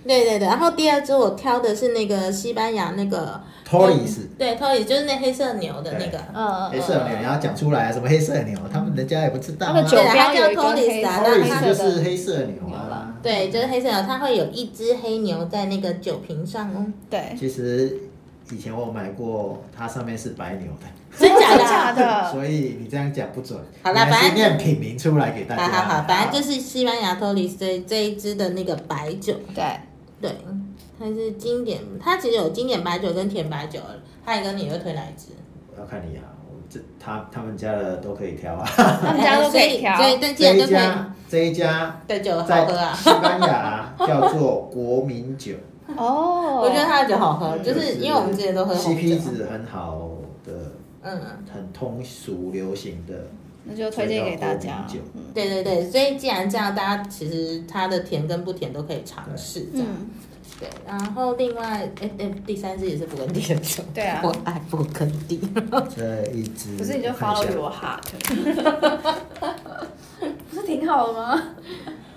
Speaker 2: 对对对。然后第二只我挑的是那个西班牙那个
Speaker 3: Torres
Speaker 2: 对 t o r r 就是那黑色牛的那个。
Speaker 1: 嗯
Speaker 3: 黑色牛，你要讲出来啊，什么黑色牛？他们人家也不知道啊。
Speaker 1: 它的酒
Speaker 2: 对啊
Speaker 1: 标
Speaker 2: 它叫
Speaker 1: 有一个
Speaker 2: Tony's
Speaker 1: 黑
Speaker 2: 啊那它
Speaker 1: 色
Speaker 3: Torres
Speaker 1: 黑
Speaker 3: 就
Speaker 1: 色
Speaker 3: 是
Speaker 1: 的，
Speaker 3: 黑色牛
Speaker 1: 牛
Speaker 3: 啊
Speaker 1: 啦。
Speaker 2: 对，就是黑色牛，它会有一只黑牛在那个酒瓶上哦。
Speaker 1: 对，
Speaker 3: 其实以前我买过，它上面是白牛的。
Speaker 2: 真假的？
Speaker 1: 假 的？
Speaker 3: 所以你这样讲不准。
Speaker 2: 好啦
Speaker 3: 你还
Speaker 2: 反
Speaker 3: 是
Speaker 2: 正
Speaker 3: 念品名出来给大
Speaker 2: 好
Speaker 3: 家。
Speaker 2: 好好，反正就是西班牙托里斯这这一支的那个白酒，
Speaker 1: 对，
Speaker 2: 对，它是经典，它其实有经典白酒跟甜白酒，它也跟你会推哪一支？
Speaker 3: 我要看你啊，我这他他们家的都可以挑啊。
Speaker 1: 他们家都可哎以调
Speaker 2: 所以所以对，既
Speaker 3: 这
Speaker 2: 然
Speaker 3: 一
Speaker 2: 就可以
Speaker 3: 家这一家
Speaker 2: 对酒好
Speaker 3: 在
Speaker 2: 喝啊。
Speaker 3: 西班牙 叫做国民酒，
Speaker 1: 哦，
Speaker 2: 我觉得它的酒好喝，嗯就是因为我们之前都喝红
Speaker 3: CP
Speaker 2: 酒，
Speaker 3: 值很好的、
Speaker 2: 嗯，
Speaker 3: 很通俗流行的
Speaker 1: 那就推荐给大家
Speaker 3: 所以要多饮酒。
Speaker 1: 嗯
Speaker 2: 对对对，所以既然这样，大家其实它的甜跟不甜都可以尝试这样。
Speaker 1: 嗯，
Speaker 2: 对，然后另外，哎哎，第三支也是勃艮第的酒，
Speaker 1: 对啊
Speaker 2: 我爱勃艮 第。
Speaker 3: 这一支
Speaker 1: 不是嗯你就
Speaker 3: 看一下
Speaker 1: follow your heart，不是挺好的吗？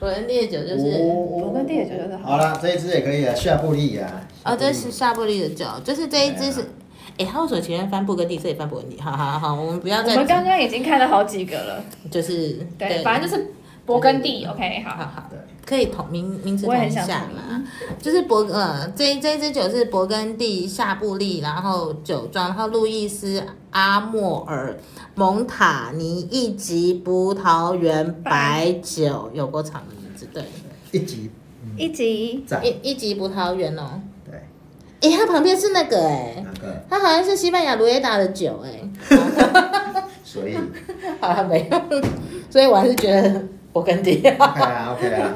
Speaker 2: 勃艮第的酒就是，
Speaker 3: 哦
Speaker 1: 勃艮第也觉得是好
Speaker 3: 好了，这一支也可以啊，夏布利啊。
Speaker 2: 哦，这是夏布利的酒，就是这一支是
Speaker 3: 对啊，
Speaker 2: 哎、他为什么前面翻布跟第四也翻布跟第？好好好，我们不要
Speaker 1: 我
Speaker 2: 再
Speaker 1: 们刚刚已经看了好几个了，
Speaker 2: 就是
Speaker 1: 对，反正就是勃艮第，OK，
Speaker 2: 好
Speaker 1: 好，
Speaker 2: 好
Speaker 3: 对
Speaker 2: 可以同名名字
Speaker 1: 我也
Speaker 2: 同一
Speaker 1: 很想
Speaker 2: 下
Speaker 1: 同
Speaker 2: 嘛，就是勃呃这这一支酒是勃艮第夏布利，然后酒庄，然后路易斯阿莫尔蒙塔尼一级葡萄园白酒，有过长的名字，对，
Speaker 3: 一级
Speaker 1: 一集
Speaker 3: 赞，
Speaker 2: 一一级葡萄园哦，
Speaker 3: 对，
Speaker 2: 诶，它旁边是那个诶。
Speaker 3: 那个，
Speaker 2: 它好像是西班牙卢耶达的酒哎、
Speaker 3: 所以 OK
Speaker 2: 好了没有，所以我还是觉得勃艮第啊，
Speaker 3: 啊 OK 啊，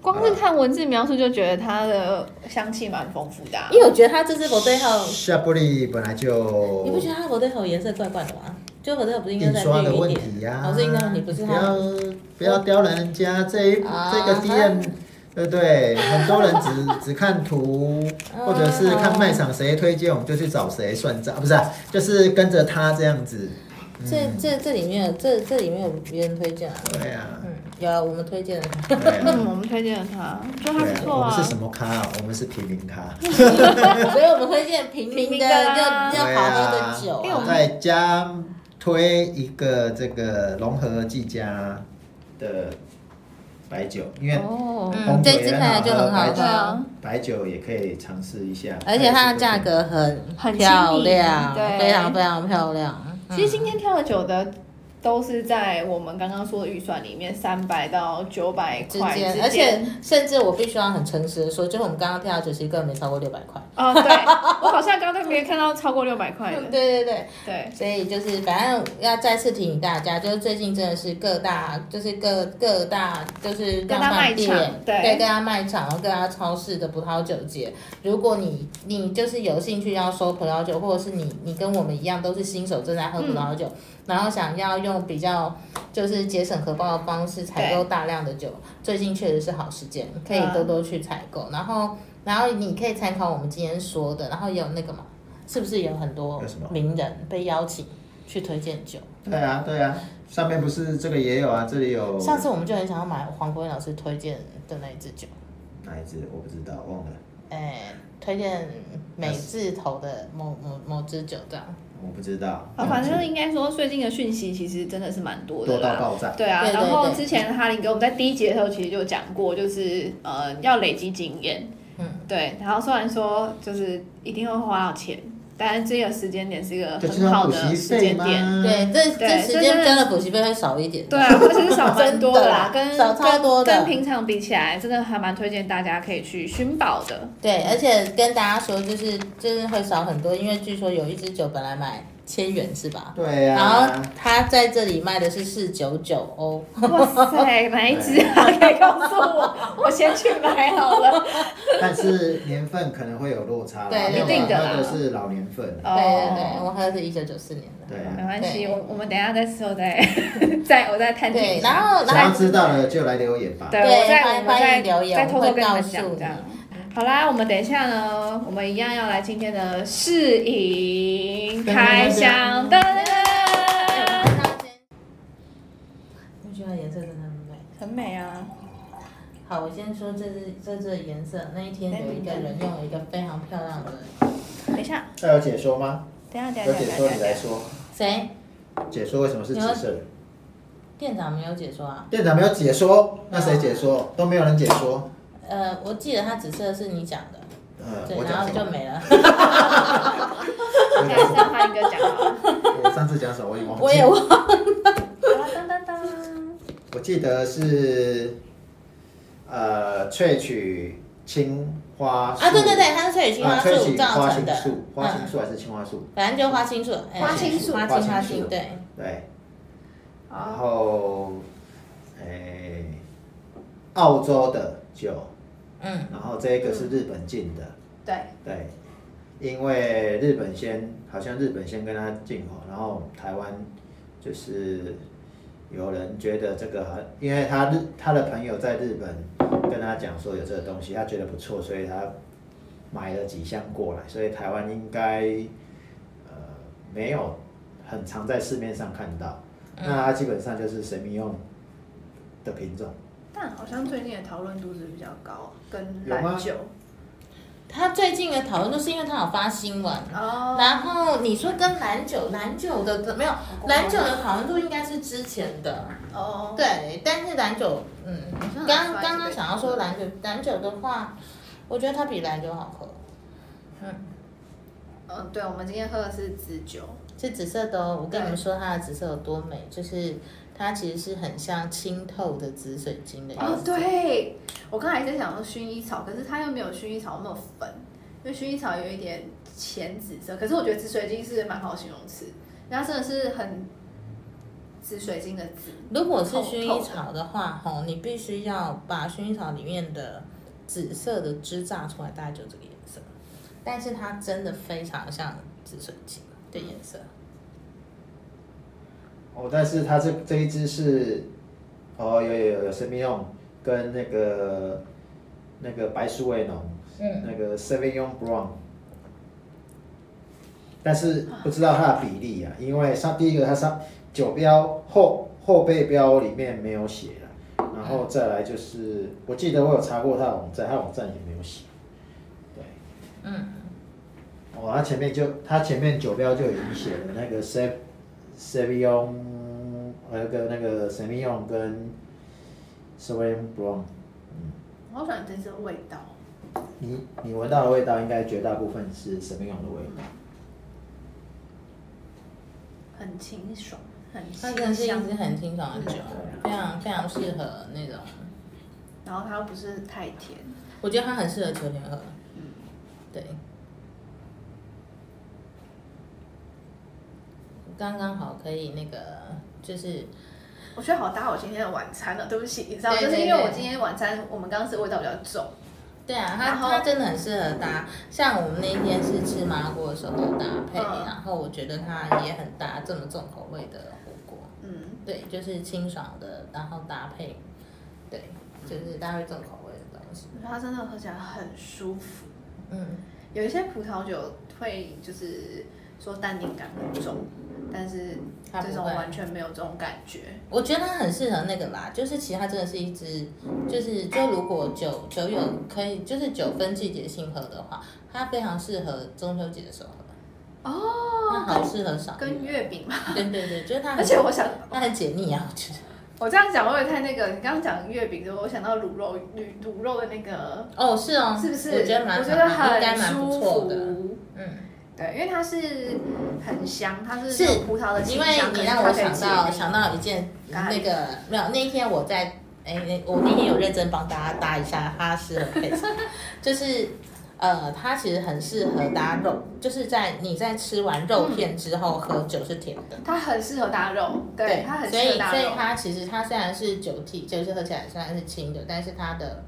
Speaker 1: 光是看文字描述就觉得它的香气蛮丰富的啊、
Speaker 2: 因为我觉得它这支火对后，
Speaker 3: 夏布利本来就
Speaker 2: 你不觉得它火对后颜色怪怪的吗？就火对后不是应该
Speaker 3: 印
Speaker 2: 再
Speaker 3: 刷的
Speaker 2: 绿
Speaker 3: 问
Speaker 2: 一点？
Speaker 3: 题呀、
Speaker 2: 哦，是印刷问题，不是
Speaker 3: 不
Speaker 2: 它。
Speaker 3: 要嗯不要刁难人家这一、
Speaker 2: 啊
Speaker 3: 这个 DM，对不对？很多人只 只看图，
Speaker 2: 哦
Speaker 3: 或者是看卖场谁推荐，我们就去找谁算账，不是、啊，就是跟着他这样子。
Speaker 2: 这这这里面有这这里面有别人推荐啊，
Speaker 3: 对啊，
Speaker 2: 嗯，有啊我们推荐的，
Speaker 3: 对啊
Speaker 1: 嗯，，我们推荐了它，觉得它
Speaker 3: 对啊，
Speaker 1: 不错
Speaker 3: 我们
Speaker 1: 啊。
Speaker 3: 是什么咖、啊？我们是平民咖。
Speaker 2: 所以我们推荐平民
Speaker 1: 平
Speaker 2: 的
Speaker 1: 民
Speaker 2: 要
Speaker 1: 的啊
Speaker 2: 要好喝的酒
Speaker 1: 因为我
Speaker 2: 啊，
Speaker 1: 们
Speaker 3: 再加推一个这个融合技嘉的白酒，因为
Speaker 1: 哦，
Speaker 2: 嗯，这支看起来就很好
Speaker 3: 对
Speaker 1: 对
Speaker 2: 喝
Speaker 1: 啊。，
Speaker 3: 白酒也可以尝试一下，
Speaker 2: 而且它的价格很
Speaker 1: 很
Speaker 2: 漂
Speaker 1: 亲民
Speaker 2: 亮，
Speaker 1: 对
Speaker 2: 非常非常漂亮。嗯
Speaker 1: 嗯其实今天挑的酒的都是在我们刚刚说的预算里面，三百到九百
Speaker 2: 之
Speaker 1: 块
Speaker 2: 间，而且甚至我必须要很诚实的说，就是我们刚刚跳的酒其实根本没超过六百块。
Speaker 1: 哦，对，我好像刚刚没看到超过六百块
Speaker 2: 嗯对 对
Speaker 1: 的，
Speaker 2: 对，
Speaker 1: 对，
Speaker 2: 所以就是反正要再次提醒大家，就是最近真的是各大就是各各大就是
Speaker 1: 各大
Speaker 2: 量贩
Speaker 1: 卖
Speaker 2: 店
Speaker 1: 场对
Speaker 2: 各大卖场，然后各大超市的葡萄酒节，如果你你就是有兴趣要收葡萄酒，或者是你你跟我们一样都是新手正在喝葡萄酒，
Speaker 1: 嗯
Speaker 2: 然后想要用比较就是节省荷包的方式采购大量的酒，最近确实是好时间，可以
Speaker 1: 对啊
Speaker 2: 多多去采购，然后然后你可以参考我们今天说的，然后也有那个嘛。是不是有很多
Speaker 3: 有什么
Speaker 2: 名人被邀请去推荐酒？
Speaker 3: 对啊，对啊，上面不是这个也有啊，这里有
Speaker 2: 上次我们就很想要买黄国英老师推荐的那一支酒，
Speaker 3: 哪一支我不知道，忘了，
Speaker 2: 哎，推荐美字头的某某某支酒这样。
Speaker 3: 我不知道。
Speaker 1: 啊，反正应该说最近的讯息其实真的是蛮多
Speaker 3: 多
Speaker 1: 的
Speaker 3: 到
Speaker 1: 啦。
Speaker 3: 爆炸，
Speaker 1: 对啊，
Speaker 2: 对对
Speaker 1: 然后
Speaker 2: 对
Speaker 1: 之前哈林给我们在第一集的时候，其实就讲过，就是呃要累积经验，
Speaker 2: 嗯，
Speaker 1: 对。然后虽然说就是一定会花到钱，但是这个时间点是一个
Speaker 3: 就是要
Speaker 1: 很好
Speaker 3: 补
Speaker 1: 的
Speaker 3: 习
Speaker 1: 时
Speaker 3: 费
Speaker 1: 间
Speaker 3: 吗？
Speaker 1: 点，
Speaker 2: 对，这
Speaker 1: 对
Speaker 2: 这时
Speaker 1: 这真
Speaker 2: 间
Speaker 1: 的
Speaker 2: 交的补习费会少一点。
Speaker 1: 对啊，或者是少蛮多的啦，
Speaker 2: 真的
Speaker 1: 跟
Speaker 2: 少超多的
Speaker 1: 跟，跟平常比起来，真的还蛮推荐大家可以去寻宝 的。
Speaker 2: 对，而且跟大家说，就是就是会少很多，因为据说有一支酒本来买千元是吧？
Speaker 3: 对
Speaker 2: 然后
Speaker 3: 啊，
Speaker 2: 他在这里卖的是四九九哦欧，
Speaker 1: 哇塞，哪一只啊？可以告诉我，我先去买好了。
Speaker 3: 但是年份可能会有落差啦，
Speaker 2: 对
Speaker 3: 因为
Speaker 2: 一定
Speaker 3: 我
Speaker 1: 的
Speaker 3: 喝
Speaker 1: 啦
Speaker 3: 的是老年份，
Speaker 1: 哦
Speaker 2: 对对对，我喝的是一九九四年的。
Speaker 3: 对
Speaker 1: 没
Speaker 3: 啊。
Speaker 1: 关系，
Speaker 2: 对
Speaker 1: 我我们等一下再说，再再我再探听
Speaker 2: 对，
Speaker 1: 一下。
Speaker 2: 然后
Speaker 3: 想
Speaker 2: 来
Speaker 3: 要知道的就来留言吧。
Speaker 1: 对，
Speaker 2: 对
Speaker 1: 我再
Speaker 2: 欢迎
Speaker 1: 我们再
Speaker 2: 欢迎留言
Speaker 1: 再偷偷跟你
Speaker 2: 我会
Speaker 1: 们
Speaker 2: 告诉
Speaker 1: 讲
Speaker 2: 你
Speaker 1: 这样。好啦，我们等一下呢，我们一样要来今天的试饮开箱灯，
Speaker 2: 我觉得颜色真的很美。
Speaker 1: 很美啊。
Speaker 2: 好，我先说这支这支的颜色。那一天有一个人用了一个非常漂亮的，
Speaker 1: 等一下，
Speaker 3: 那有解说吗？
Speaker 1: 等一下，等一
Speaker 3: 有
Speaker 1: 下，等
Speaker 3: 解
Speaker 1: 一下，
Speaker 3: 说
Speaker 1: 等
Speaker 3: 你
Speaker 1: 一下
Speaker 3: 来。说，
Speaker 2: 谁？
Speaker 3: 解说为什么是紫色的？
Speaker 2: 店长没有解说啊。
Speaker 3: 店长没有解说，那谁解说？都没有人解说。
Speaker 2: 呃，我记得他紫色是你讲的，
Speaker 3: 呃，
Speaker 2: 对
Speaker 3: 我，
Speaker 2: 然
Speaker 3: 讲
Speaker 2: 后
Speaker 3: 什
Speaker 2: 就
Speaker 3: 么？
Speaker 2: 没了。
Speaker 3: 我讲
Speaker 1: 现在
Speaker 3: 什
Speaker 1: 是
Speaker 3: 么？
Speaker 1: 要潘哥讲好了。
Speaker 3: 我上次讲什么？我已经忘
Speaker 2: 我
Speaker 3: 记
Speaker 2: 也
Speaker 3: 了。
Speaker 2: 忘了。
Speaker 1: 好了，当当当。
Speaker 3: 我记得是呃萃取青花素
Speaker 2: 啊，对对对，它是萃取青花
Speaker 3: 啊萃
Speaker 2: 素
Speaker 3: 取
Speaker 2: 造
Speaker 3: 花
Speaker 2: 成
Speaker 3: 青
Speaker 2: 的。
Speaker 3: 素，花青
Speaker 2: 嗯，
Speaker 3: 素还是青花素？
Speaker 2: 反正就花青素。哎
Speaker 1: 花青素
Speaker 2: 花
Speaker 3: 花
Speaker 2: 青
Speaker 3: 青
Speaker 2: 花
Speaker 3: 素
Speaker 2: 青，对。
Speaker 3: 对，然后诶、澳洲的酒，
Speaker 2: 嗯，
Speaker 3: 然后这个是日本进的，
Speaker 1: 对，
Speaker 3: 对，因为日本先好像日本先跟他进口，然后台湾就是有人觉得这个很，因为他日他的朋友在日本跟他讲说有这个东西，他觉得不错，所以他买了几箱过来，所以台湾应该呃没有很常在市面上看到。那它基本上就是神秘用的品种，
Speaker 1: 但好像最近的讨论度是比较高，跟
Speaker 3: 有吗
Speaker 1: 蓝酒
Speaker 2: 他最近的讨论就是因为他有发新闻，
Speaker 1: 哦，
Speaker 2: 然后你说跟蓝酒，蓝酒的没有，蓝酒的讨论度应该是之前的，
Speaker 1: 哦，
Speaker 2: 对，但是蓝酒，嗯，
Speaker 1: 像
Speaker 2: 刚
Speaker 1: 还是
Speaker 2: 刚刚
Speaker 1: 被
Speaker 2: 想要说蓝酒，蓝酒的话，我觉得它比蓝酒好喝，
Speaker 1: 嗯，对，我们今天喝的是紫酒，
Speaker 2: 是紫色的哦。我跟你们说它的紫色有多美，就是它其实是很像清透的紫水晶的意
Speaker 1: 哦，
Speaker 2: 思。
Speaker 1: 对，我刚才在想说薰衣草，可是它又没有薰衣草那么粉，因为薰衣草有一点浅紫色，可是我觉得紫水晶是蛮好的形容词，它真的是很紫水晶的紫，
Speaker 2: 如果是薰
Speaker 1: 透透
Speaker 2: 衣
Speaker 1: 的
Speaker 2: 草的话，吼，你必须要把薰衣草里面的紫色的枝榨出来，大概就这个颜色。但是它真的非常像紫水晶的颜色。
Speaker 3: 哦，但是它这这一只是，哦，有有有有神秘用跟那个那个白苏维农，
Speaker 2: 嗯，
Speaker 3: 那个 Sauvignon Blanc，但是不知道它的比例啊，因为上第一个它上酒标后后背标里面没有写了，然后再来就是我记得我有查过它的网站，它网站也没有写，对，嗯，哦，它前面就它前面酒标就已经写了那个 Sav Sauvignon，呃，那个那个 Sauvignon 跟 Sauvignon Blanc。
Speaker 1: 我好喜欢这支味道，
Speaker 3: 你你闻到的味道，应该绝大部分是神秘用的味道。
Speaker 1: 很清爽，很
Speaker 2: 它真的
Speaker 1: 清
Speaker 2: 是一
Speaker 1: 香，
Speaker 2: 支很清爽的酒，非常非常适合那种，
Speaker 1: 然后它又不是太甜，
Speaker 2: 我觉得它很适合秋天喝。
Speaker 1: 嗯
Speaker 2: 对，刚刚好可以那个就是
Speaker 1: 我觉得好搭我今天的晚餐了，对不起，你知道，
Speaker 2: 对
Speaker 1: 就是
Speaker 2: 对
Speaker 1: 因为
Speaker 2: 对
Speaker 1: 我今天晚餐我们刚刚吃的味道比较重，
Speaker 2: 对啊，它
Speaker 1: 然后
Speaker 2: 它真的很适合搭。像我们那一天是吃麻辣锅的时候搭配，
Speaker 1: 嗯
Speaker 2: 然后我觉得它也很搭这么重口味的火锅。
Speaker 1: 嗯，
Speaker 2: 对，就是清爽的，然后搭配，对，就是搭配重口味的东西。
Speaker 1: 我觉得它真的喝起来很舒服。
Speaker 2: 嗯，
Speaker 1: 有一些葡萄酒会就是说淡定感很重，但是
Speaker 2: 它
Speaker 1: 这
Speaker 2: 不
Speaker 1: 种
Speaker 2: 会。
Speaker 1: 完全没有这种感觉。
Speaker 2: 我觉得它很适合那个啦，就是其实它真的是一支，就是就如果酒酒友可以，就是酒分季节性喝的话，它非常适合中秋节的时候喝。它好适合赏
Speaker 1: 哦跟
Speaker 2: 月。
Speaker 1: 月饼嘛，
Speaker 2: 对对对，就是它很，
Speaker 1: 而且我想，
Speaker 2: 它很解腻啊，我觉得。
Speaker 1: 我这样讲会不会太那个？你刚刚讲月饼的时候，我想到卤肉卤卤肉的那个，
Speaker 2: 哦，是哦，
Speaker 1: 是不是？
Speaker 2: 我觉得蛮，
Speaker 1: 我觉得
Speaker 2: 应该
Speaker 1: 很
Speaker 2: 蛮不
Speaker 1: 舒
Speaker 2: 错的。
Speaker 1: 服。
Speaker 2: 嗯，
Speaker 1: 对，因为它是很香，它是
Speaker 2: 是
Speaker 1: 有葡萄的清
Speaker 2: 因为
Speaker 1: 香，
Speaker 2: 你
Speaker 1: 可是
Speaker 2: 让
Speaker 1: 它
Speaker 2: 我
Speaker 1: 可以
Speaker 2: 想
Speaker 1: 解
Speaker 2: 到
Speaker 1: 腻
Speaker 2: 想到一件
Speaker 1: 咖喱
Speaker 2: 那个没有那一天我在哎、那我那天有认真帮大家搭一下它适合配什么， 就是呃它其实很适合搭肉，就是在你在吃完肉片之后喝酒是甜的。
Speaker 1: 它很适合搭肉，对，它很适
Speaker 2: 所以
Speaker 1: 合搭
Speaker 2: 所以
Speaker 1: 肉。
Speaker 2: 它其实它虽然是酒体，就是喝起来虽然是清的，但是它的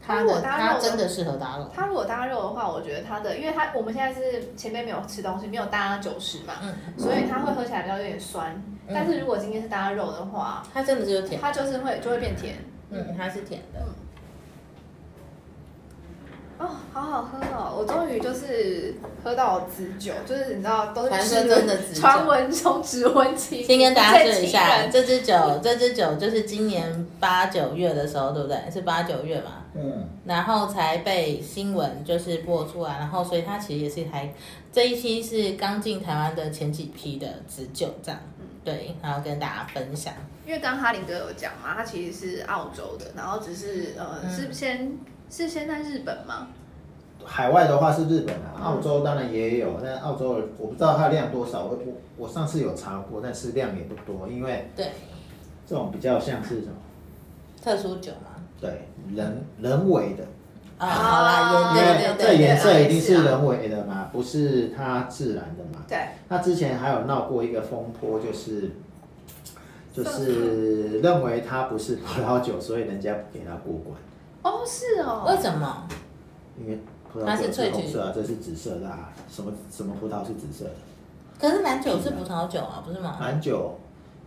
Speaker 1: 它
Speaker 2: 它
Speaker 1: 如果
Speaker 2: 的
Speaker 1: 搭
Speaker 2: 它
Speaker 1: 肉
Speaker 2: 真的适合搭肉。
Speaker 1: 它如果搭肉的话，我觉得它的，因为它我们现在是前面没有吃东西，没有搭酒食嘛，
Speaker 2: 嗯
Speaker 1: 所以它会喝起来比较有点酸。但是如果今天是搭肉的话，
Speaker 2: 它真的就是甜，
Speaker 1: 它就是会就会变甜。
Speaker 2: 嗯，它是甜的。
Speaker 1: 哦，好好喝哦！我终于就是喝到紫酒，就是你知道都是
Speaker 2: 传说
Speaker 1: 指纹
Speaker 2: 中的紫酒
Speaker 1: 传闻中指纹情，
Speaker 2: 先跟大家说一下，
Speaker 1: 最情人
Speaker 2: 这支酒，这支酒就是今年八九月的时候，对不对？是八九月嘛，
Speaker 3: 嗯，
Speaker 2: 然后才被新闻就是播出啊来，然后所以它其实也是还这一批是刚进台湾的前几批的紫酒这样，对，然后跟大家分享。
Speaker 1: 因为刚哈林哥有讲嘛，他其实是澳洲的，然后只是呃、
Speaker 2: 嗯
Speaker 1: 是先是先在日本吗？
Speaker 3: 海外的话是日本
Speaker 2: 嗯
Speaker 3: 啊，澳洲当然也有，但澳洲我不知道它量多少，我我我上次有查过，但是量也不多，因为
Speaker 2: 对，
Speaker 3: 这种比较像是什么？
Speaker 2: 特殊酒嘛，
Speaker 3: 对，人人为的，
Speaker 2: 啊，
Speaker 1: 啊
Speaker 2: 好啦，
Speaker 1: 啊
Speaker 3: 因
Speaker 2: 也
Speaker 3: 为
Speaker 2: 对对
Speaker 3: 这
Speaker 2: 对
Speaker 1: 也
Speaker 3: 颜色一定
Speaker 1: 也
Speaker 3: 是
Speaker 1: 是啊
Speaker 3: 人为的嘛，不是它自然的嘛。
Speaker 1: 对，
Speaker 3: 那之前还有闹过一个风波，就是就是认为它不是葡萄酒，所以人家不给它过关。
Speaker 1: 哦是哦，
Speaker 2: 为什么？
Speaker 3: 因为葡
Speaker 2: 它
Speaker 3: 萄
Speaker 2: 是
Speaker 3: 酒
Speaker 2: 萃
Speaker 3: 是
Speaker 2: 取
Speaker 3: 红色啊，这是紫色的啊，什么什么葡萄是紫色的？
Speaker 2: 可是蓝酒是葡萄酒啊，不是吗？
Speaker 3: 蓝酒，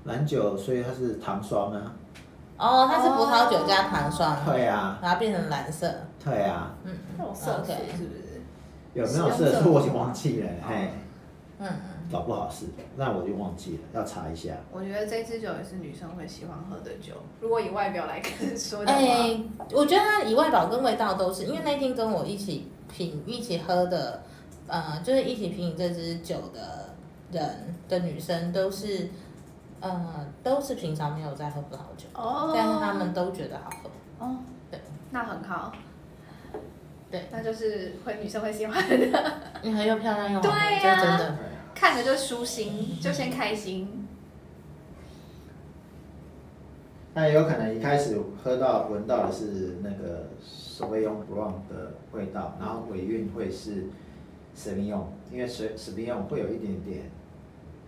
Speaker 3: 蓝酒，所以它是糖霜啊。
Speaker 2: 哦，它是葡萄酒加糖霜，
Speaker 3: 对啊，
Speaker 2: 然后变成蓝色。
Speaker 3: 对啊，
Speaker 2: 嗯
Speaker 1: 那种色素
Speaker 2: OK
Speaker 1: 是不是？
Speaker 3: 有没有
Speaker 1: 使用
Speaker 3: 色
Speaker 1: 者
Speaker 3: 素我已经忘记了，
Speaker 2: 哦
Speaker 3: 嘿，
Speaker 2: 嗯嗯，
Speaker 3: 搞不好是，那我就忘记了，要查一下。
Speaker 1: 我觉得这支酒也是女生会喜欢喝的酒。如果以外表来看说的话，
Speaker 2: 哎、我觉得它以外表跟味道都是，因为那天跟我一起品、一起喝的，呃，就是一起品饮这支酒的人的女生都是，呃，都是平常没有在喝葡萄酒，
Speaker 1: 哦，
Speaker 2: 但是他们都觉得好喝。
Speaker 1: 哦，
Speaker 2: 对，
Speaker 1: 那很好，
Speaker 2: 对，
Speaker 1: 那就是会女生会喜欢的，
Speaker 2: 你很又漂亮又好喝，
Speaker 1: 对
Speaker 2: 这
Speaker 1: 呀
Speaker 2: 真的。
Speaker 1: 看着就舒心，就先开心。
Speaker 3: 那也有可能一开始喝到闻到的是那个 Sauvignon Blanc 的味道，然后尾韵会是 Sauvignon，因为 Sau- Sauvignon 会有一点点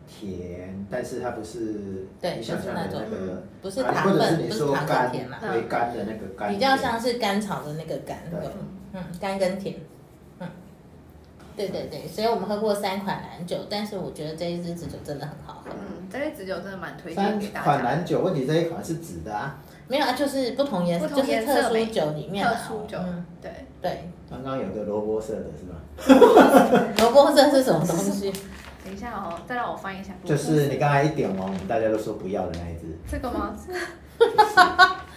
Speaker 3: 甜，但是它不是
Speaker 2: 对
Speaker 3: 你想象的
Speaker 2: 不是
Speaker 3: 那
Speaker 2: 那
Speaker 3: 个，
Speaker 2: 不是
Speaker 3: 啊
Speaker 2: 糖
Speaker 3: 或者
Speaker 2: 分
Speaker 3: 是你
Speaker 2: 不是
Speaker 3: 说
Speaker 2: 糖分
Speaker 3: 干
Speaker 2: 甜嘛嗯
Speaker 3: 回甘的那个甘甜，
Speaker 2: 比较像是甘草的那个甘，
Speaker 3: 对
Speaker 2: 有嗯，甘跟甜，嗯，对对对，所以我们喝过三款蓝酒，但是我觉得这一支紫酒真的很好喝，
Speaker 1: 嗯，这支紫酒真的蛮推荐
Speaker 3: 三
Speaker 1: 给大
Speaker 3: 款
Speaker 1: 家，
Speaker 3: 蓝酒，问题这一款是紫的啊，
Speaker 2: 没有啊，就是不同颜色，
Speaker 1: 不
Speaker 2: 就
Speaker 1: 同
Speaker 2: 是
Speaker 1: 颜
Speaker 2: 特
Speaker 1: 色
Speaker 2: 殊
Speaker 1: 美
Speaker 2: 酒里面的
Speaker 1: 特
Speaker 2: 好
Speaker 1: 殊酒
Speaker 2: 嗯，，
Speaker 1: 对，
Speaker 2: 对，
Speaker 3: 刚刚有个萝卜色的是吗？
Speaker 2: 萝卜色是什么东 西？
Speaker 1: 等一下哦，再让我翻一下，
Speaker 3: 就是你刚才一点完，我们大家都说不要的那一只，
Speaker 1: 这个 吗？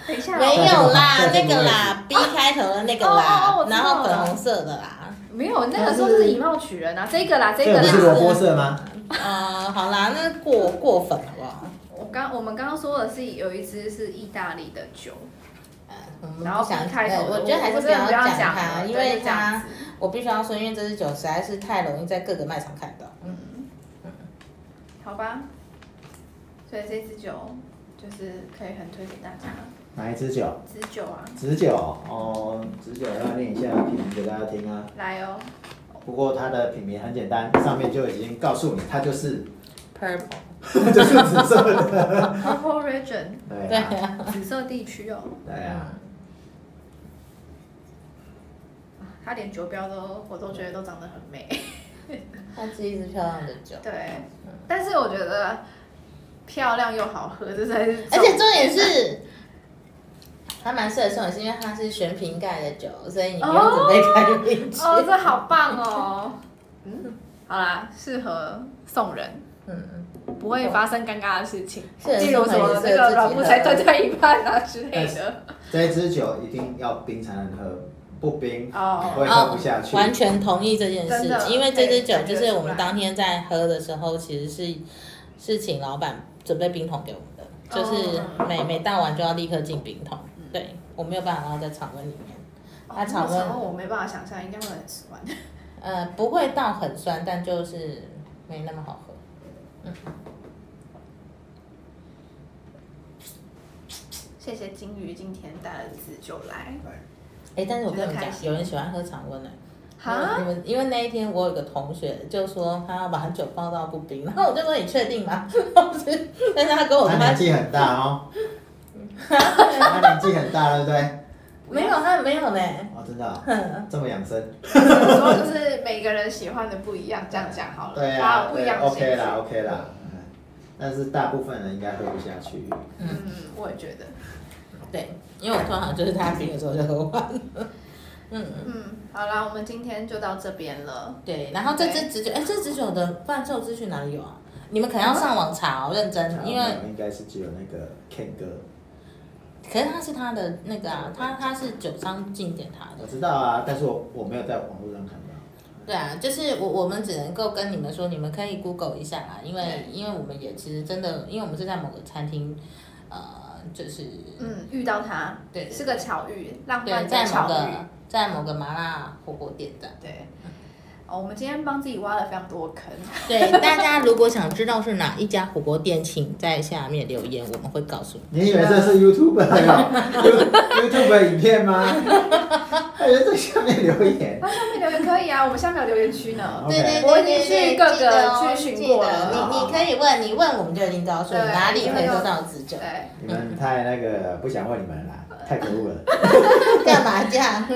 Speaker 1: 等一下
Speaker 2: 没
Speaker 1: 哦，
Speaker 2: 有啦，
Speaker 3: 在这
Speaker 2: 那
Speaker 3: 个
Speaker 2: 个啦，B 开头的那个
Speaker 1: 哦哦
Speaker 2: 啦
Speaker 1: 我，知道
Speaker 2: 然后粉
Speaker 1: 了
Speaker 2: 红色的 啦，
Speaker 1: 没有，那个时候是以貌取人啊，这个啦，这
Speaker 3: 这
Speaker 1: 个
Speaker 3: 个不是
Speaker 1: 啦。
Speaker 3: 萝卜色吗？
Speaker 2: 呃，好啦，那过过粉好不好？
Speaker 1: 我刚我们刚刚说的是有一支是意大利的酒，
Speaker 2: 呃我们
Speaker 1: 嗯然后
Speaker 2: 不想
Speaker 1: B 开
Speaker 2: 对
Speaker 1: 头的，
Speaker 2: 呃我觉得还是
Speaker 1: 我
Speaker 2: 不
Speaker 1: 真的
Speaker 2: 要
Speaker 1: 不要
Speaker 2: 讲
Speaker 1: 讲
Speaker 2: 它，
Speaker 1: 了
Speaker 2: 因
Speaker 1: 对
Speaker 2: 为
Speaker 1: 就这样
Speaker 2: 它
Speaker 1: 子
Speaker 2: 我必须要说，因为这支酒实在是太容易在各个卖场看到。
Speaker 1: 嗯好吧，所以这支酒就是可以很推给大家，
Speaker 3: 哪一支酒？
Speaker 1: 紫酒啊，
Speaker 3: 紫酒哦，紫酒要念一下品名给大家听啊。
Speaker 1: 来哦，
Speaker 3: 不过它的品名很简单，上面就已经告诉你，它就是
Speaker 2: Purple，
Speaker 3: 就是紫色的。
Speaker 1: Purple Region
Speaker 3: 对
Speaker 2: 对
Speaker 3: 啊，
Speaker 2: 啊，
Speaker 1: 紫色地区哦，
Speaker 3: 对啊，
Speaker 2: 嗯
Speaker 1: 它连酒标都我都觉得都长得很美，
Speaker 2: 它是一支漂亮的酒，
Speaker 1: 对，
Speaker 2: 嗯
Speaker 1: 但是我觉得漂亮又好喝，这才是重，
Speaker 2: 而且重点是。还蛮适合送，也是因为它是全瓶盖的酒，所以你不用准备开瓶器。
Speaker 1: 哦哦，这好棒哦，嗯，好啦，适合送人。
Speaker 2: 嗯，
Speaker 1: 不会发生尴尬的事情，
Speaker 2: 是
Speaker 1: 例如什么那个软木才断掉一半啊之类的。
Speaker 3: 这一支酒一定要冰才能喝，不冰
Speaker 1: 哦
Speaker 3: 会喝不下去。
Speaker 2: 完全同意这件事
Speaker 1: 真的哎
Speaker 2: 情，因为这支酒
Speaker 1: 可以感觉
Speaker 2: 就是我们
Speaker 1: 出来
Speaker 2: 当天在喝的时候，其实是是请老板准备冰桶给我们的，就是
Speaker 1: 哦
Speaker 2: 每每倒完就要立刻进冰桶，对我没有办法让它在常温里面。它常温
Speaker 1: 哦那时候我没办法想象，应该会很酸。
Speaker 2: 呃，不会到很酸，但就是没那么好喝。
Speaker 1: 谢谢金鱼今天带了自酒来。
Speaker 2: 哎，但是我跟你们
Speaker 1: 觉得
Speaker 2: 讲
Speaker 1: 开，心
Speaker 2: 有人喜欢喝常温的、
Speaker 1: 哈
Speaker 2: 你们因为那一天我有个同学就说他要把酒放到不冰，然后我就说你确定吗？ 但是他跟我
Speaker 3: 他
Speaker 2: 说
Speaker 3: 年
Speaker 2: 他
Speaker 3: 纪很大哦， 他年纪很大，对不对？
Speaker 2: 没有，他没有呢。
Speaker 3: 哦，真的哦、这么养生。
Speaker 2: 嗯
Speaker 1: 所以说就是每个人喜欢的不一样，这样讲好了。
Speaker 3: 对
Speaker 1: 大家
Speaker 3: 啊
Speaker 1: 有不一
Speaker 3: 对
Speaker 1: 样的兴趣
Speaker 3: ，OK 啦。，OK 啦。嗯但是大部分人应该喝不下去。
Speaker 1: 嗯，我也觉得。
Speaker 2: 对，因为我通常就是他冰的时候就喝完了。嗯，
Speaker 1: 嗯，好啦，我们今天就到这边了。
Speaker 2: 对。然后这支紫酒，哎，这支酒的贩售资讯哪里有啊？你们可能要上网查哦，认
Speaker 1: 嗯
Speaker 2: 真，因为
Speaker 3: 我应该是只有那个 Ken 哥，
Speaker 2: 可是它是他的那个啊，他他是酒商进点他的
Speaker 3: 我。知道啊，但是我我没有在网络上看到。
Speaker 2: 对啊，就是我我们只能够跟你们说，你们可以 Google 一下啦，因为因为我们也其实真的，因为我们是在某个餐厅，呃，就是
Speaker 1: 嗯，遇到他，
Speaker 2: 对
Speaker 1: 是个巧遇，浪
Speaker 2: 对，
Speaker 1: 漫
Speaker 2: 在
Speaker 1: 的
Speaker 2: 某
Speaker 1: 巧遇。
Speaker 2: 个在某个麻辣火锅店的。
Speaker 1: 对。哦，我们今天帮自己挖了非常多坑。
Speaker 2: 对，大家如果想知道是哪一家火锅店，请在下面留言，我们会告诉你。
Speaker 3: 你以为这是啊 YouTube 有 YouTube 影片 吗？还有在下面留言，
Speaker 1: 下面留言可以啊，我们下面有留言区呢。
Speaker 2: 对对
Speaker 3: OK
Speaker 2: 对
Speaker 1: 我已经
Speaker 2: 对对，
Speaker 1: 去各个
Speaker 2: 记得哦
Speaker 1: 去询
Speaker 2: 记
Speaker 1: 过
Speaker 2: 得
Speaker 1: 了
Speaker 2: 你你可以问，你问我们就已经告嗯诉你
Speaker 1: 对
Speaker 2: 哪里可以
Speaker 1: 因为
Speaker 2: 喝到紫酒，
Speaker 1: 对。
Speaker 3: 你 们太那个不想问你们啦，太可恶了。
Speaker 2: 干嘛这样？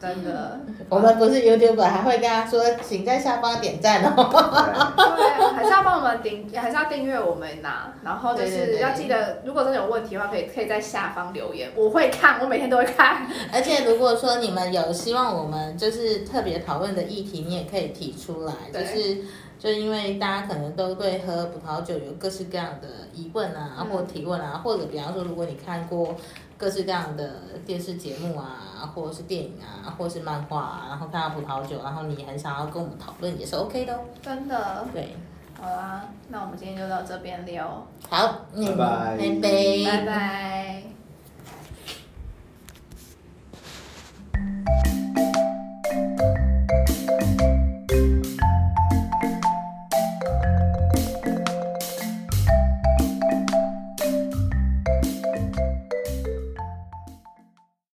Speaker 1: 真的。
Speaker 2: 我们不是 YouTuber，还会跟他说，请在下方点赞哦。
Speaker 3: 对
Speaker 1: 对啊，还是要帮我们订，还是要订阅我们呐、然后就
Speaker 2: 对对
Speaker 1: 是
Speaker 2: 对
Speaker 1: 要记得，如果真的有问题的话，可以可以在下方留言，我会看，我每天都会看。
Speaker 2: 而且如果说你们有希望我们就是特别讨论的议题，你也可以提出来，就
Speaker 1: 对
Speaker 2: 是。就因为大家可能都对喝葡萄酒有各式各样的疑问啊，
Speaker 1: 嗯
Speaker 2: 或提问啊，或者比方说，如果你看过各式各样的电视节目啊，或者是电影啊，或是漫画啊，然后看到葡萄酒，然后你很想要跟我们讨论，也是 OK 的哦。
Speaker 1: 真的，
Speaker 2: 对，
Speaker 1: 好啦，那我们今天就到这边了哦，
Speaker 2: 好，嗯
Speaker 3: 拜拜
Speaker 2: 拜拜
Speaker 1: 拜拜。